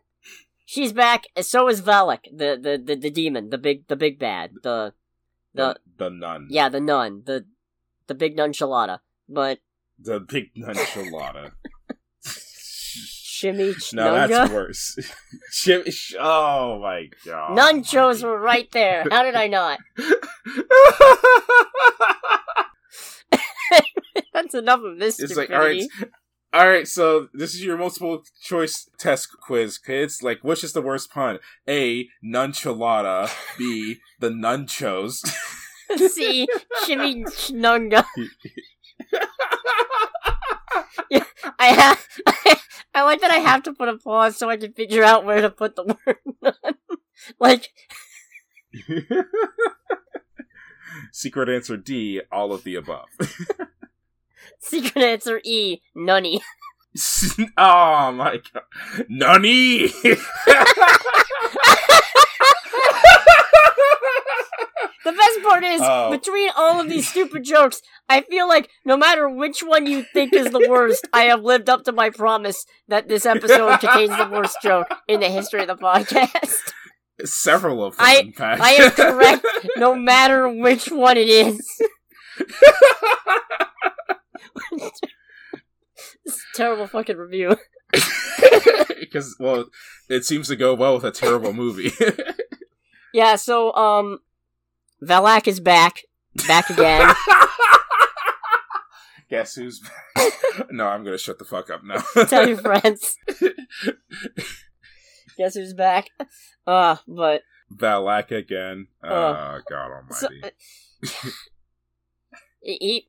she's back. and So is Valak, the the the, the demon, the big the big bad, the The- the nun. yeah, the nun, the the big nunchalada. But The big nonchalada. Shimmy no, that's worse. Shim- sh- oh my god. Nunchos were right there. How did I not? That's enough of this it's stupidity. like all right, all right. So this is your multiple choice test quiz, kids. Like, which is the worst pun? A. Nunchalada. B. The nunchos. See, Shimmy Chnunga. Yeah, I have. I like that I have to put a pause so I can figure out where to put the word none. like, Secret answer D. All of the above. secret answer E, nunny. oh my god, nunny. The best part is, Oh. between all of these stupid jokes, I feel like no matter which one you think is the worst, I have lived up to my promise that this episode contains the worst joke in the history of the podcast. Several of them. I- in fact. I am correct no matter which one it is. It's a terrible fucking review. because well, it seems to go well with a terrible movie. Yeah, so um Valak is back. Back again. Guess who's? no, I'm gonna shut the fuck up now. Tell your friends. Guess who's back? Uh, but Valak again. Oh Oh. God so, Almighty! he, he-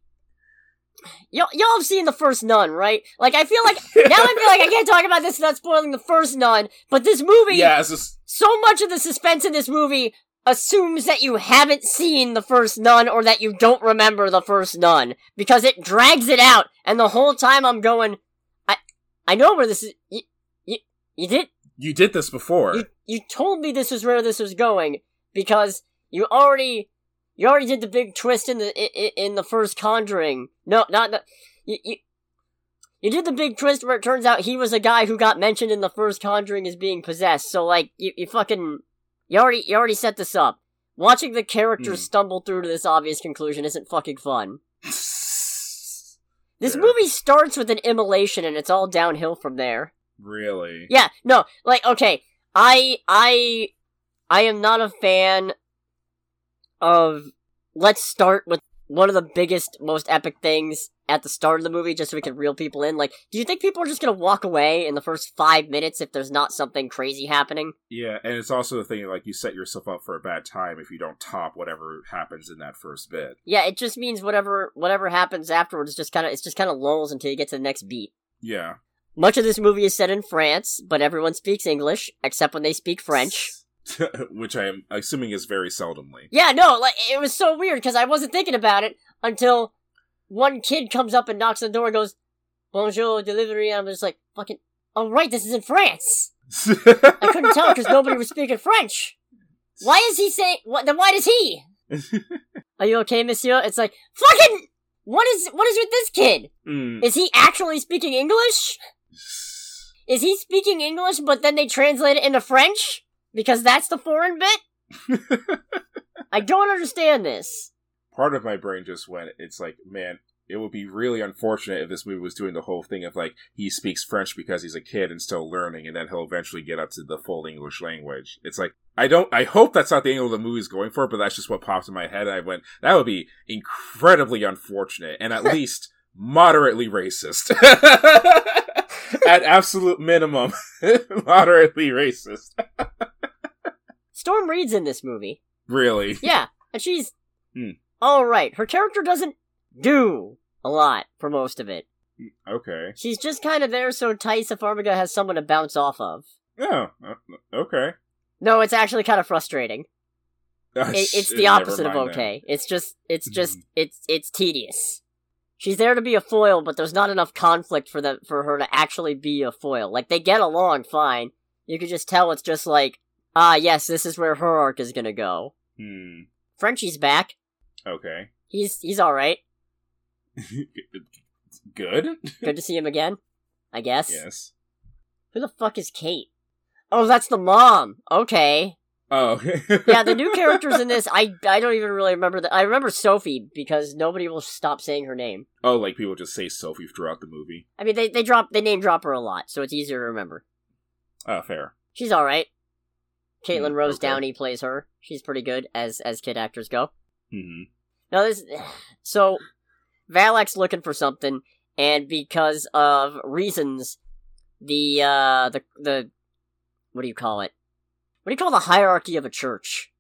y'all, y'all have seen the first nun, right? Like I feel like uh, now I feel like I can't talk about this without spoiling the first nun, but this movie yeah, it's just so much of the suspense in this movie assumes that you haven't seen the first nun or that you don't remember the first nun because it drags it out and the whole time i'm going i i know where this is you, you, you did you did this before. you, you told me this was where this was going because you already you already did the big twist in the i- i- in the first conjuring no not the you, you you did the big twist where it turns out he was a guy who got mentioned in the first conjuring as being possessed so like you, you fucking you already you already set this up watching the characters Hmm. stumble through to this obvious conclusion isn't fucking fun this Yeah. movie starts with an immolation and it's all downhill from there Really? yeah, no, like okay, I I I am not a fan of let's start with one of the biggest, most epic things at the start of the movie just so we can reel people in. Like, do you think people are just gonna walk away in the first five minutes if there's not something crazy happening? Yeah, and it's also the thing like you set yourself up for a bad time if you don't top whatever happens in that first bit. Yeah, it just means whatever whatever happens afterwards just kinda it's just kinda lulls until you get to the next beat. Yeah. Much of this movie is set in France, but everyone speaks English, except when they speak French. Which I am assuming is very seldomly. Yeah, no, like it was so weird because I wasn't thinking about it until one kid comes up and knocks on the door and goes, "Bonjour, delivery." And I'm just like, "Fucking, all right, this is in France." I couldn't tell because nobody was speaking French. Why is he saying? What? Then why does he? Are you okay, Monsieur? It's like fucking. What is what is with this kid? Mm. Is he actually speaking English? Is he speaking English, but then they translate it into French because that's the foreign bit? I don't understand this. Part of my brain just went. It's like, man, it would be really unfortunate if this movie was doing the whole thing of like he speaks French because he's a kid and still learning, and then he'll eventually get up to the full English language. It's like I don't. I hope that's not the angle the movie's going for, but that's just what popped in my head. And I went, that would be incredibly unfortunate and at least moderately racist. at absolute minimum, moderately racist. Storm Reed's in this movie. Really. Yeah, and she's Hmm. all right. Her character doesn't do a lot for most of it. Okay. She's just kind of there so Taisa Farmiga has someone to bounce off of. Oh. uh, Okay. No, it's actually kind of frustrating. It, it's the opposite of uh, Never mind okay. It's just, it's just, Mhm. it's it's tedious. She's there to be a foil, but there's not enough conflict for them for her to actually be a foil. Like they get along fine. You could just tell it's just like, ah, yes, this is where her arc is gonna go. then. Frenchie's back. Hmm. Okay. He's he's all right. Good. Good to see him again. I guess. Yes. Who the fuck is Kate? Oh, that's the mom. Okay. Oh. Yeah, the new characters in this, I I don't even really remember that. I remember Sophie because nobody will stop saying her name. oh, like people just say Sophie throughout the movie. I mean, they they drop they name drop her a lot, so it's easier to remember. Oh, fair. She's all right. Caitlin Hmm, Rose okay. Downey plays her. She's pretty good as as kid actors go. hmm No, this so Valak's looking for something, and because of reasons, the uh the the what do you call it? What do you call the hierarchy of a church?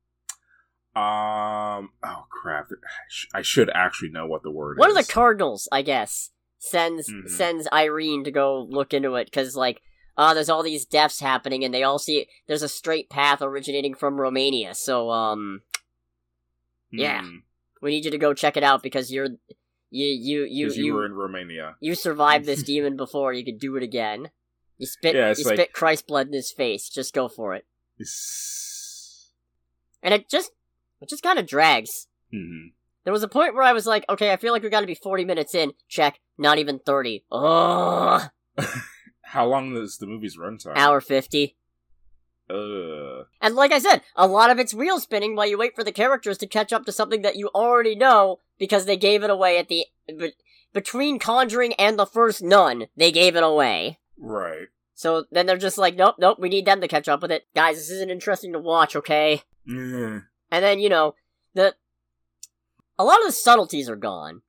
Um. Oh crap! I, sh- I should actually know what the word One is. of the cardinals, I guess, sends Mhm. sends Irene to go look into it because like uh there's all these deaths happening, and they all see there's a straight path originating from Romania. So um, yeah. Hmm. we need you to go check it out because you're you you you 'Cause you, you were in Romania. you survived this demon before. You could do it again. You spit, Yeah, it's you like- spit Christ blood in his face. Just go for it. Mm-hmm. And it just, it just kind of drags. hmm There was a point where I was like, okay, I feel like we got to be forty minutes in. Check, not even thirty. Oh, How long is the movie's runtime? hour fifty. Ugh. And like I said, a lot of it's wheel spinning while you wait for the characters to catch up to something that you already know because they gave it away at the be- between Conjuring and the first Nun. They gave it away. Right. So then they're just like, nope, nope, we need them to catch up with it. Guys, this isn't interesting to watch, okay? Yeah. And then, you know, the a lot of the subtleties are gone.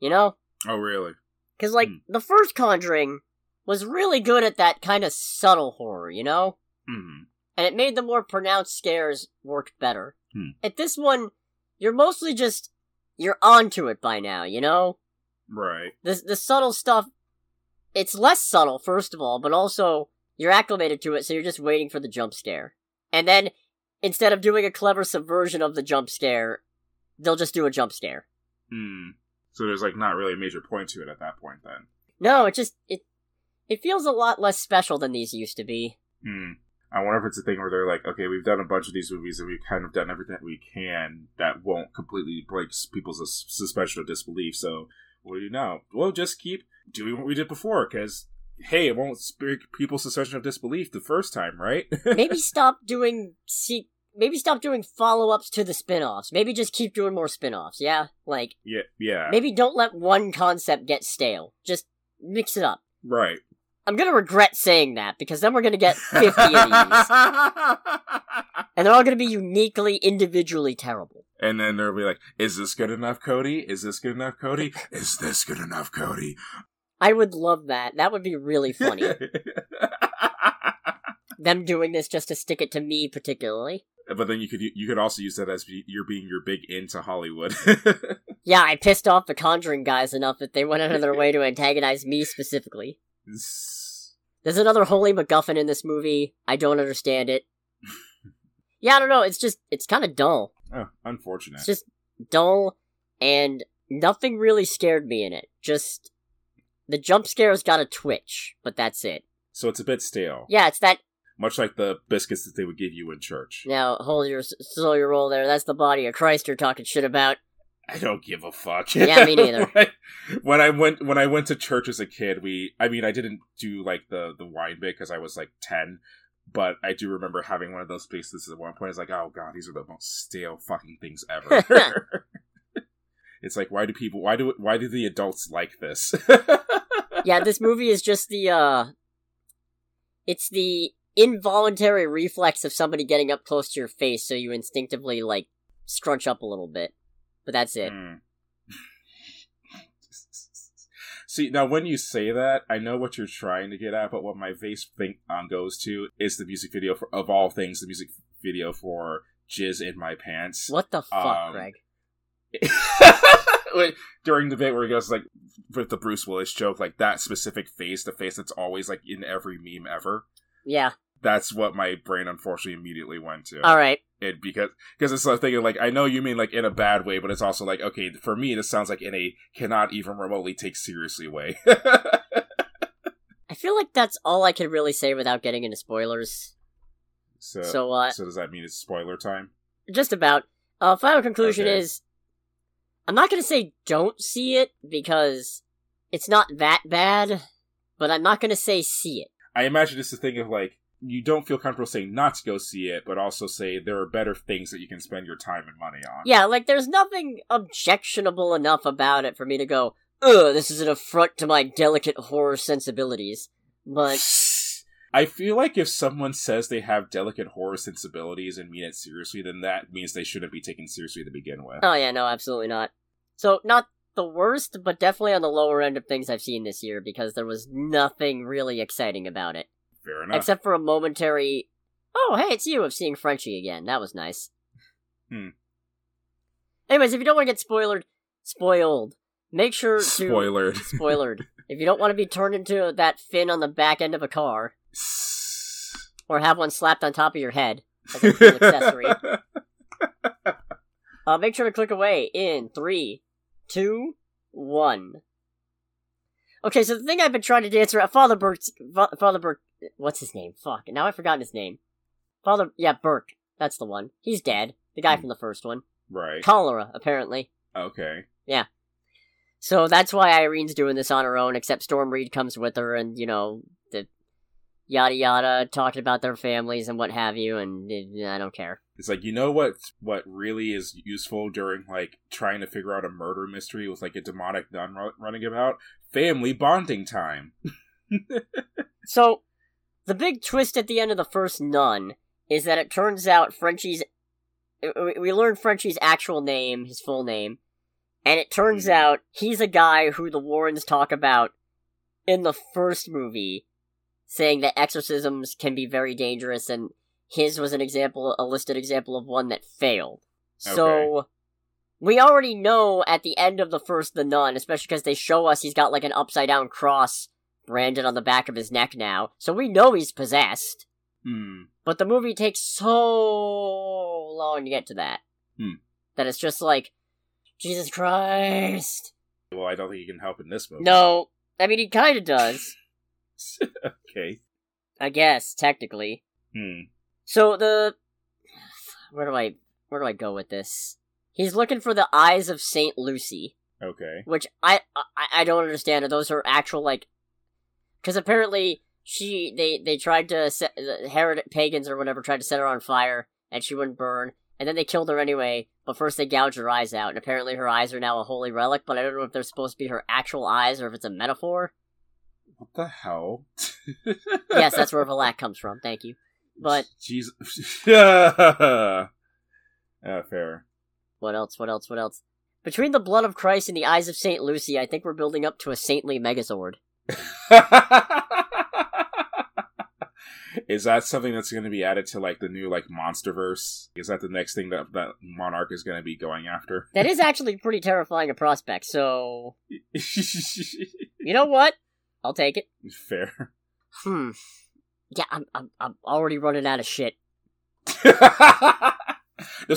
You know? Oh, really? Cuz like Hmm. the first Conjuring was really good at that kind of subtle horror, you know? hmm And it made the more pronounced scares work better. Hmm. At this one, you're mostly just you're onto it by now, you know? Right. the the subtle stuff it's less subtle first of all but also you're acclimated to it so you're just waiting for the jump scare and then instead of doing a clever subversion of the jump scare they'll just do a jump scare Mm. So there's like not really a major point to it at that point then. no it just it it feels a lot less special than these used to be Hmm. I wonder if it's a thing where they're like, okay, we've done a bunch of these movies and we've kind of done everything that we can that won't completely break s- people's sus- suspension of disbelief. So what do you know? We'll just keep doing what we did before because, hey, it won't break people's suspension of disbelief the first time, right? maybe stop doing see maybe stop doing follow-ups to the spin-offs maybe just keep doing more spin-offs yeah like yeah, yeah, maybe don't let one concept get stale just mix it up right. I'm gonna regret saying that because then we're gonna get 50 of these, and they're all gonna be uniquely, individually terrible. And then they'll be like, is this good enough, Cody? Is this good enough, Cody? Is this good enough, Cody? I would love that. That would be really funny. Them doing this just to stick it to me, particularly. but then you could you could also use that as be- you're being your big into Hollywood. Yeah, I pissed off the Conjuring guys enough that they went out of their way to antagonize me specifically. There's another holy MacGuffin in this movie. I don't understand it. Yeah, I don't know. It's just, it's kind of dull. oh, unfortunate. It's just dull, and nothing really scared me in it. Just, the jump scares got a twitch, but that's it. so it's a bit stale, Yeah, it's that. much like the biscuits that they would give you in church. Now hold your slow your roll there. That's the body of Christ you're talking shit about. I don't give a fuck. Yeah, me neither. Like, when I went when I went to church as a kid, we I mean I didn't do like the the wine bit because I was like ten, but I do remember having one of those spaces at one point. It's like, oh god, these are the most stale fucking things ever. it's like, why do people? Why do why do the adults like this? yeah, this movie is just the uh it's the involuntary reflex of somebody getting up close to your face so you instinctively like scrunch up a little bit. But that's it. Mm. See, now when you say that, I know what you're trying to get at, but what my face thing um, goes to is the music video for, of all things, the music video for Jizz in My Pants. What the fuck, Um, Greg? Like, During the bit where he goes, like, with the Bruce Willis joke, like that specific face, the face that's always, like, in every meme ever. Yeah. That's what my brain unfortunately immediately went to. All right. it because because it's like thinking like I know you mean like in a bad way, but it's also like okay for me this sounds like in a cannot even remotely take seriously way. I feel like that's all I can really say without getting into spoilers. so so, so uh does that mean it's spoiler time? just about. Uh, final conclusion Okay. is, I'm not gonna say don't see it because it's not that bad, but I'm not gonna say see it. I imagine it's a thing of like you don't feel comfortable saying not to go see it, but also say there are better things that you can spend your time and money on. Yeah, like there's nothing objectionable enough about it for me to go, ugh, this is an affront to my delicate horror sensibilities. But I feel like if someone says they have delicate horror sensibilities and mean it seriously, then that means they shouldn't be taken seriously to begin with. oh yeah, no, absolutely not. So not the worst, but definitely on the lower end of things I've seen this year because there was nothing really exciting about it. Fair enough. Except for a momentary, oh, hey, it's you, of seeing Frenchie again. That was nice. Hmm. Anyways, if you don't want to get spoiled, spoiled, make sure to. Spoilered. Spoilered. if you don't want to be turned into that fin on the back end of a car, or have one slapped on top of your head, as a cool accessory, uh, make sure to click away in three, two, one. Okay, so the thing I've been trying to dance around, Father Burke, Fa- Father Burke, what's his name? Fuck, now I've forgotten his name. Father, yeah, Burke, that's the one. He's dead, the guy from the first one. Right. Cholera, apparently. Okay. So that's why Irene's doing this on her own, except Storm Reed comes with her and, you know, the yada yada, talking about their families and what have you, and eh, I don't care. It's like you know what what really is useful during like trying to figure out a murder mystery with like a demonic nun ru- running about family bonding time. So, the big twist at the end of the first Nun is that it turns out Frenchie's. we- We learn Frenchie's actual name, his full name, and it turns Hmm. out he's a guy who the Warrens talk about in the first movie, saying that exorcisms can be very dangerous, and his was an example, a listed example of one that failed. So. We already know at the end of the first The Nun, especially because they show us he's got like an upside down cross branded on the back of his neck now, so we know he's possessed. Hmm. But the movie takes so long to get to that Hmm. that it's just like, Jesus Christ. Well, I don't think you can help in this movie. No, I mean he kind of does, okay. I guess technically. Hmm. So the where do I where do I go with this? He's looking for the eyes of Saint Lucy, Okay. which I I, I don't understand. Are those her actual like? Because apparently she they they tried to set the Herod pagans or whatever tried to set her on fire and she wouldn't burn, and then they killed her anyway. But first they gouged her eyes out, and apparently her eyes are now a holy relic. But I don't know if they're supposed to be her actual eyes or if it's a metaphor. What the hell? yes, that's where Valak comes from. Thank you. But Jesus. uh, fair. What else? What else? What else? Between the blood of Christ and the eyes of Saint Lucy, I think we're building up to a saintly Megazord. is that something that's going to be added to like the new like monsterverse? Is that the next thing that that Monarch is going to be going after? That is actually pretty terrifying a prospect. So you know what? I'll take it. Fair. Hmm. Yeah, I'm I'm, I'm already running out of shit. this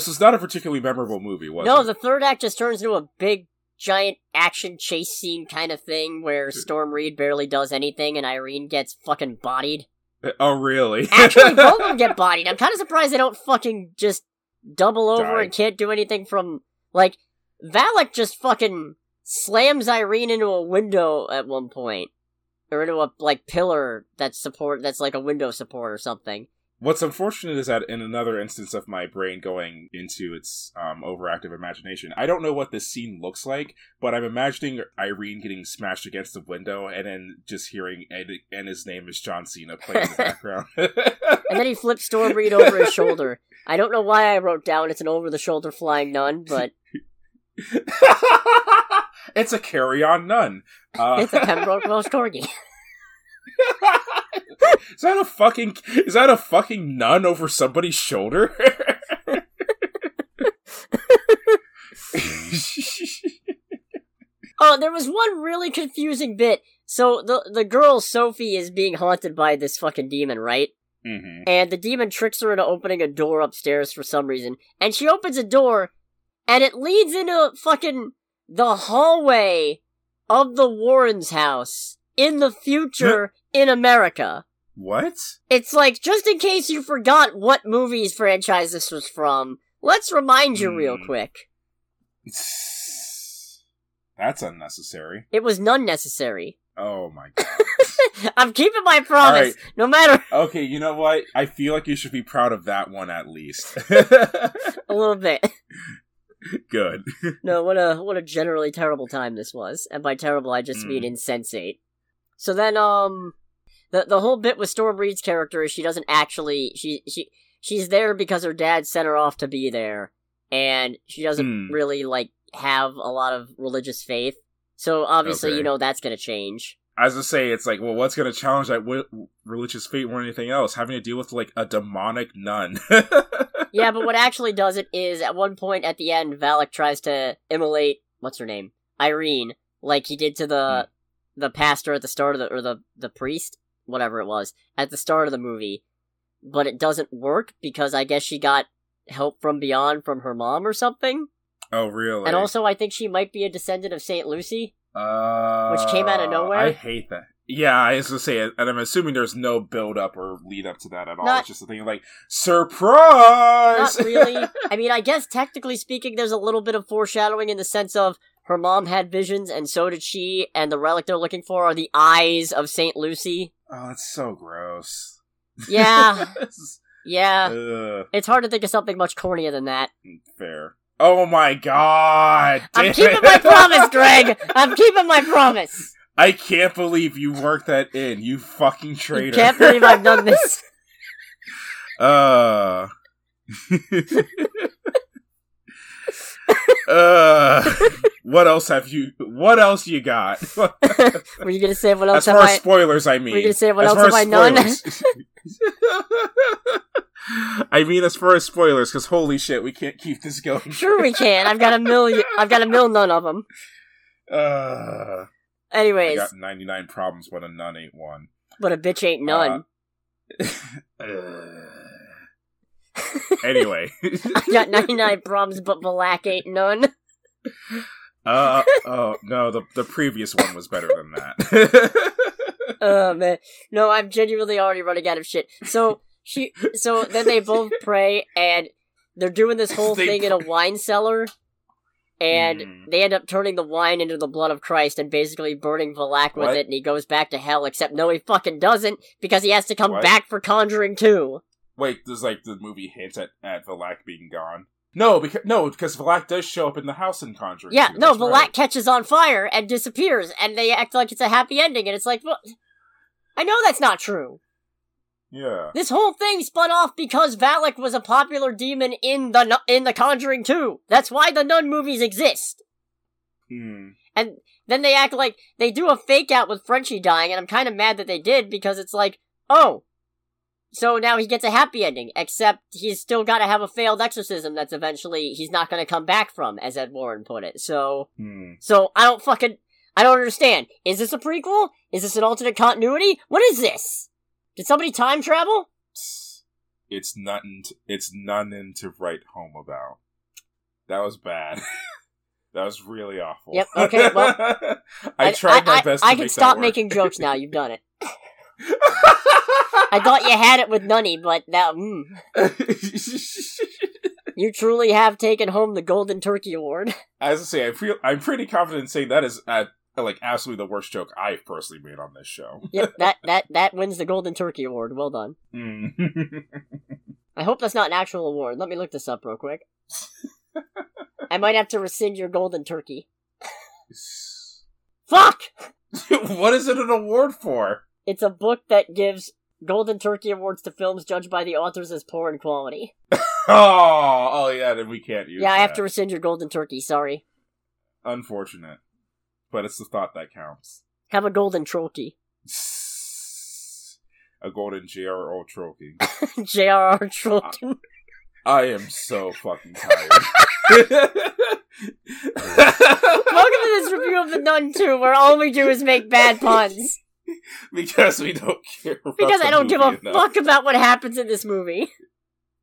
was not a particularly memorable movie, was no, it? the third act just turns into a big, giant action chase scene kind of thing where Storm Reed barely does anything and Irene gets fucking bodied. oh, really? Actually, both of them get bodied. I'm kind of surprised they don't fucking just double over Die. and can't do anything from like Valak just fucking slams Irene into a window at one point, or into a like pillar that's support that's like a window support or something. What's unfortunate is that in another instance of my brain going into its um, overactive imagination, I don't know what this scene looks like, but I'm imagining Irene getting smashed against the window and then just hearing Ed, and his name is John Cena playing in the background. And then he flips Stormbreed over his shoulder. I don't know why I wrote down it's an over the shoulder flying nun, but it's a carry on nun. Uh, it's a Pembroke Welsh corgi. is that a fucking is that a fucking nun over somebody's shoulder? Oh, there was one really confusing bit. So the the girl Sophie is being haunted by this fucking demon, right? hmm And the demon tricks her into opening a door upstairs for some reason. And she opens a door, and it leads into fucking the hallway of the Warren's house in the future in America. What? It's like, just in case you forgot what movies franchise this was from, let's remind you real Hmm. quick. That's unnecessary. It was none necessary. Oh my god. I'm keeping my promise, no matter Okay, you know what? I feel like you should be proud of that one at least. a little bit. Good. No, what a what a generally terrible time this was. And by terrible I just Mm. mean insensate. So then um the the whole bit with Stormbreed's character is she doesn't actually she she she's there because her dad sent her off to be there and she doesn't Hmm. really like have a lot of religious faith. So obviously Okay. you know that's going to change. As I say, it's like, well, what's going to challenge that wi- religious fate or anything else? Having to deal with like a demonic nun. yeah, but what actually does it is at one point at the end Valak tries to immolate what's her name? Irene, like he did to the the pastor at the start of the or the the priest, whatever it was, at the start of the movie. But it doesn't work because I guess she got help from beyond from her mom or something. oh, really? And also I think she might be a descendant of Saint Lucy. Uh, Which came out of nowhere? I hate that. Yeah, I was gonna say, and I'm assuming there's no build up or lead up to that at all. Not- it's just a thing of like surprise. Not really. I mean, I guess technically speaking there's a little bit of foreshadowing in the sense of her mom had visions and so did she and the relic they're looking for are the eyes of Saint Lucy. oh, that's so gross. Yeah, Uh, yeah. Ugh, It's hard to think of something much cornier than that. fair. Oh my god! I'm damn keeping it. my promise, Greg. I'm keeping my promise. I can't believe you worked that in. You fucking traitor. You can't believe I've done this. Uh. uh. What else have you? What else you got? Were you gonna say what else as have far as I? spoilers, I mean. Were you gonna say what As else far have I as done? spoilers. I mean, as far as spoilers, because holy shit, we can't keep this going. Sure, we can. I've got a million. I've got a mill none of them. Uh, I Anyways, got 99 problems, but a nun ain't one. but a bitch ain't none. Uh, anyway. I got 99 problems, but black ain't none. Uh, oh, no, the, the previous one was better than that. Oh man, no, I'm genuinely already running out of shit. So she, so then they both pray, and they're doing this whole They thing in a wine cellar, and Mhm. they end up turning the wine into the blood of Christ and basically burning Valak with What? it, and he goes back to hell. Except no, he fucking doesn't because he has to come What? back for Conjuring Two. Wait, does like the movie hint at, at Valak being gone? No, because no, because Valak does show up in the house in Conjuring. Yeah, 2, no, that's Valak right. catches on fire and disappears, and they act like it's a happy ending, and it's like, well, I know that's not true. Yeah. This whole thing spun off because Valak was a popular demon in the Nu- in the Conjuring 2. That's why the Nun movies exist. Hmm. And then they act like they do a fake out with Frenchie dying, and I'm kind of mad that they did because it's like, oh, so now he gets a happy ending, except he's still got to have a failed exorcism that's eventually he's not going to come back from, as Ed Warren put it. So, Hmm. so I don't fucking, I don't understand. Is this a prequel? Is this an alternate continuity? What is this? Did somebody time travel? It's nothing. t it's nothing to write home about. That was bad. that was really awful. Yep, okay, Well, I tried my best. I to can make that stop work. making jokes now. You've done it. I thought you had it with Nunny, but now mm. You truly have taken home the Golden Turkey Award. As I say, I feel I'm pretty confident in saying that is uh like absolutely the worst joke I've personally made on this show. yep, that, that, that wins the Golden Turkey Award. Well done. Mm. I hope that's not an actual award. Let me look this up real quick. I might have to rescind your Golden Turkey. Fuck! what is it an award for? It's a book that gives Golden Turkey Awards to films judged by the authors as poor in quality. Oh, oh yeah, then we can't use. yeah, I have that. to rescind your Golden Turkey, sorry. Unfortunate, but it's the thought that counts. Have a Golden Trollkey. A golden JRO trophy. J.R.R. Trollkey. I am so fucking tired. Welcome to this review of The Nun 2, where all we do is make bad puns. because we don't care. About Because the I don't give a movie enough. fuck about what happens in this movie.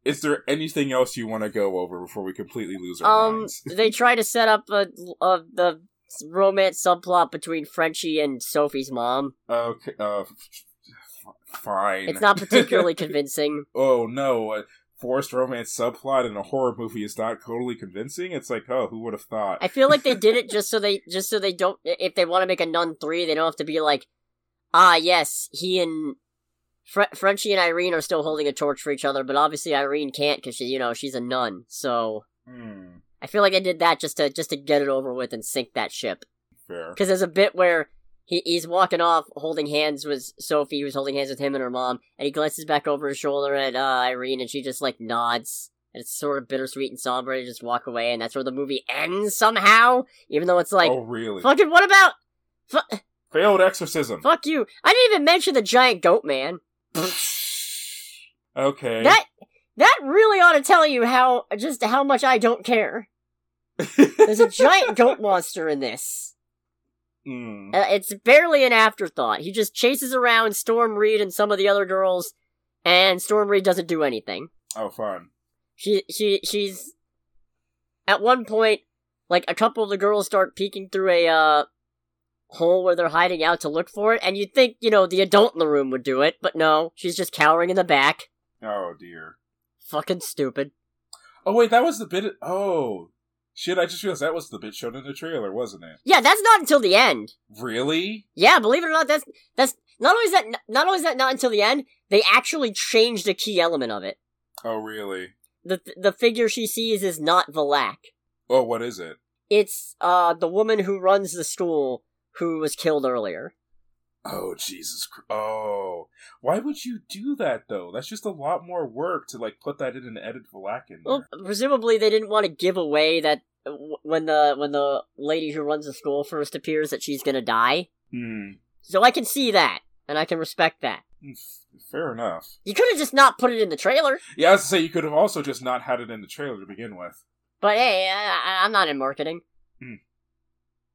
Is there anything else you want to go over before we completely lose our Um, minds? they try to set up a, a the romance subplot between Frenchie and Sophie's mom. Okay. Uh, f- f- fine. It's not particularly convincing. oh no, a forced romance subplot in a horror movie is not totally convincing. It's like, oh, who would have thought? I feel like they did it just so they just so they don't if they want to make a Nun three, they don't have to be like, ah, yes, he and Fre- Frenchie and Irene are still holding a torch for each other, but obviously Irene can't because she, you know, she's a nun. So Hmm, I feel like I did that just to just to get it over with and sink that ship. fair. Because there's a bit where he, he's walking off holding hands with Sophie, who's holding hands with him and her mom, and he glances back over his shoulder at uh, Irene, and she just like nods. And it's sort of bittersweet and somber, and just walk away, and that's where the movie ends somehow. Even though it's like, oh really? fucking what about? Fu- Failed exorcism. fuck you! I didn't even mention the giant goat man. okay. That that really ought to tell you how just how much I don't care. There's a giant goat monster in this. Hmm. Uh, it's barely an afterthought. He just chases around Storm Reed and some of the other girls, and Storm Reed doesn't do anything. Oh, fun. She she she's at one point, like a couple of the girls start peeking through a uh, hole where they're hiding out to look for it, and you'd think you know the adult in the room would do it, but no, she's just cowering in the back. Oh dear. Fucking stupid. Oh wait, that was the bit. oh shit! I just realized that was the bit shown in the trailer, wasn't it? Yeah, that's not until the end. Really? Yeah, believe it or not, that's that's not only is that not only is that not until the end, they actually changed a key element of it. Oh really? the the figure she sees is not Valak. Oh, what is it? It's uh the woman who runs the school who was killed earlier. Oh Jesus! Chr- Oh, why would you do that though? That's just a lot more work to like put that in and edit Black in there. Well, presumably they didn't want to give away that w- when the when the lady who runs the school first appears that she's gonna die. Hmm. So I can see that and I can respect that. F- Fair enough. You could have just not put it in the trailer, Yeah, I was to say you could have also just not had it in the trailer to begin with. but hey, I, I- I'm not in marketing. Hmm.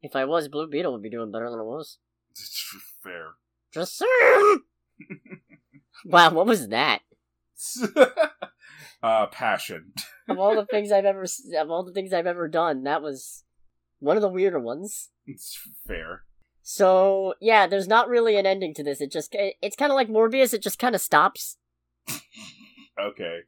If I was, Blue Beetle would be doing better than it was. Fair. Just saying. wow, what was that? uh, passion. of all the things I've ever s- of all the things I've ever done, that was one of the weirder ones. It's fair. So yeah, there's not really an ending to this. It just it- it's kind of like Morbius. It just kind of stops. Okay.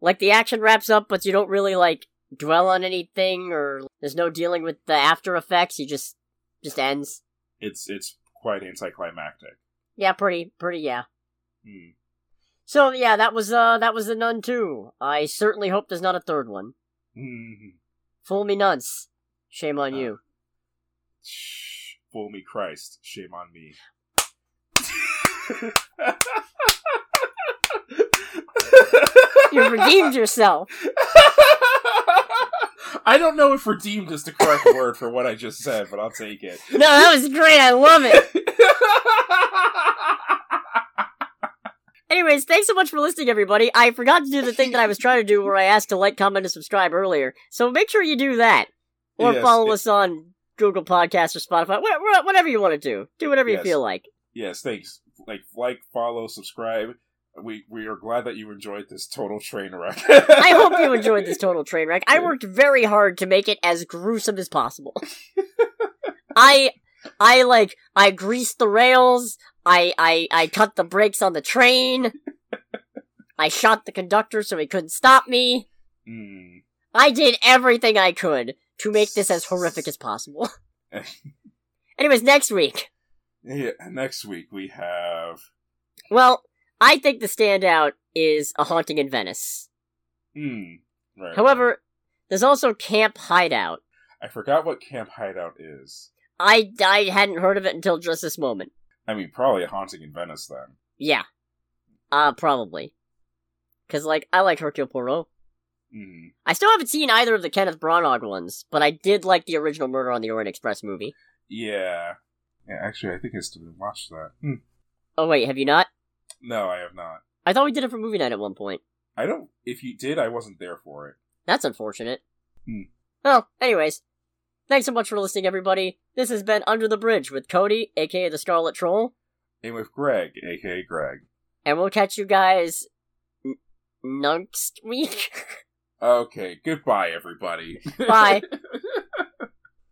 Like the action wraps up, but you don't really like dwell on anything, or there's no dealing with the after effects. You just just ends. It's it's quite anticlimactic. Yeah, pretty pretty yeah. Hmm. So yeah, that was uh that was the nun too. I certainly hope there's not a third one. Hmm. Fool me nuns. Shame on Uh. you. Shh. Fool me, Christ. Shame on me. You redeemed yourself. I don't know if redeemed is the correct word for what I just said, but I'll take it. No, that was great. I love it. Anyways, thanks so much for listening, everybody. I forgot to do the thing that I was trying to do where I asked to like, comment, and subscribe earlier. So make sure you do that. Or Yes, follow it- us on Google Podcasts or Spotify. Wha- wha- Whatever you want to do. Do whatever you Yes. feel like. yes, thanks. Like, like, follow, subscribe. We we are glad that you enjoyed this total train wreck. I hope you enjoyed this total train wreck. I worked very hard to make it as gruesome as possible. I I like I greased the rails, I I I cut the brakes on the train. I shot the conductor so he couldn't stop me. Mm, I did everything I could to make this as horrific as possible. Anyways, next week. Yeah, next week we have. Well, I think the standout is A Haunting in Venice. Hmm. right, However, there's also Camp Hideout. right. I forgot what Camp Hideout is. I, I hadn't heard of it until just this moment. I mean, probably a haunting in Venice then. Yeah. Uh, probably. Because, like, I like Hercule Poirot. Mm. I still haven't seen either of the Kenneth Branagh ones, but I did like the original Murder on the Orient Express movie. Yeah. Yeah, actually, I think I still didn't watch that. Hmm. Oh, wait, have you not? No, I have not. I thought we did it for movie night at one point. I don't. If you did, I wasn't there for it. That's unfortunate. Hmm. Well, anyways, thanks so much for listening, everybody. This has been Under the Bridge with Cody, aka the Scarlet Troll, And with Greg, aka Greg. and we'll catch you guys n- next week. Okay, goodbye, everybody. Bye.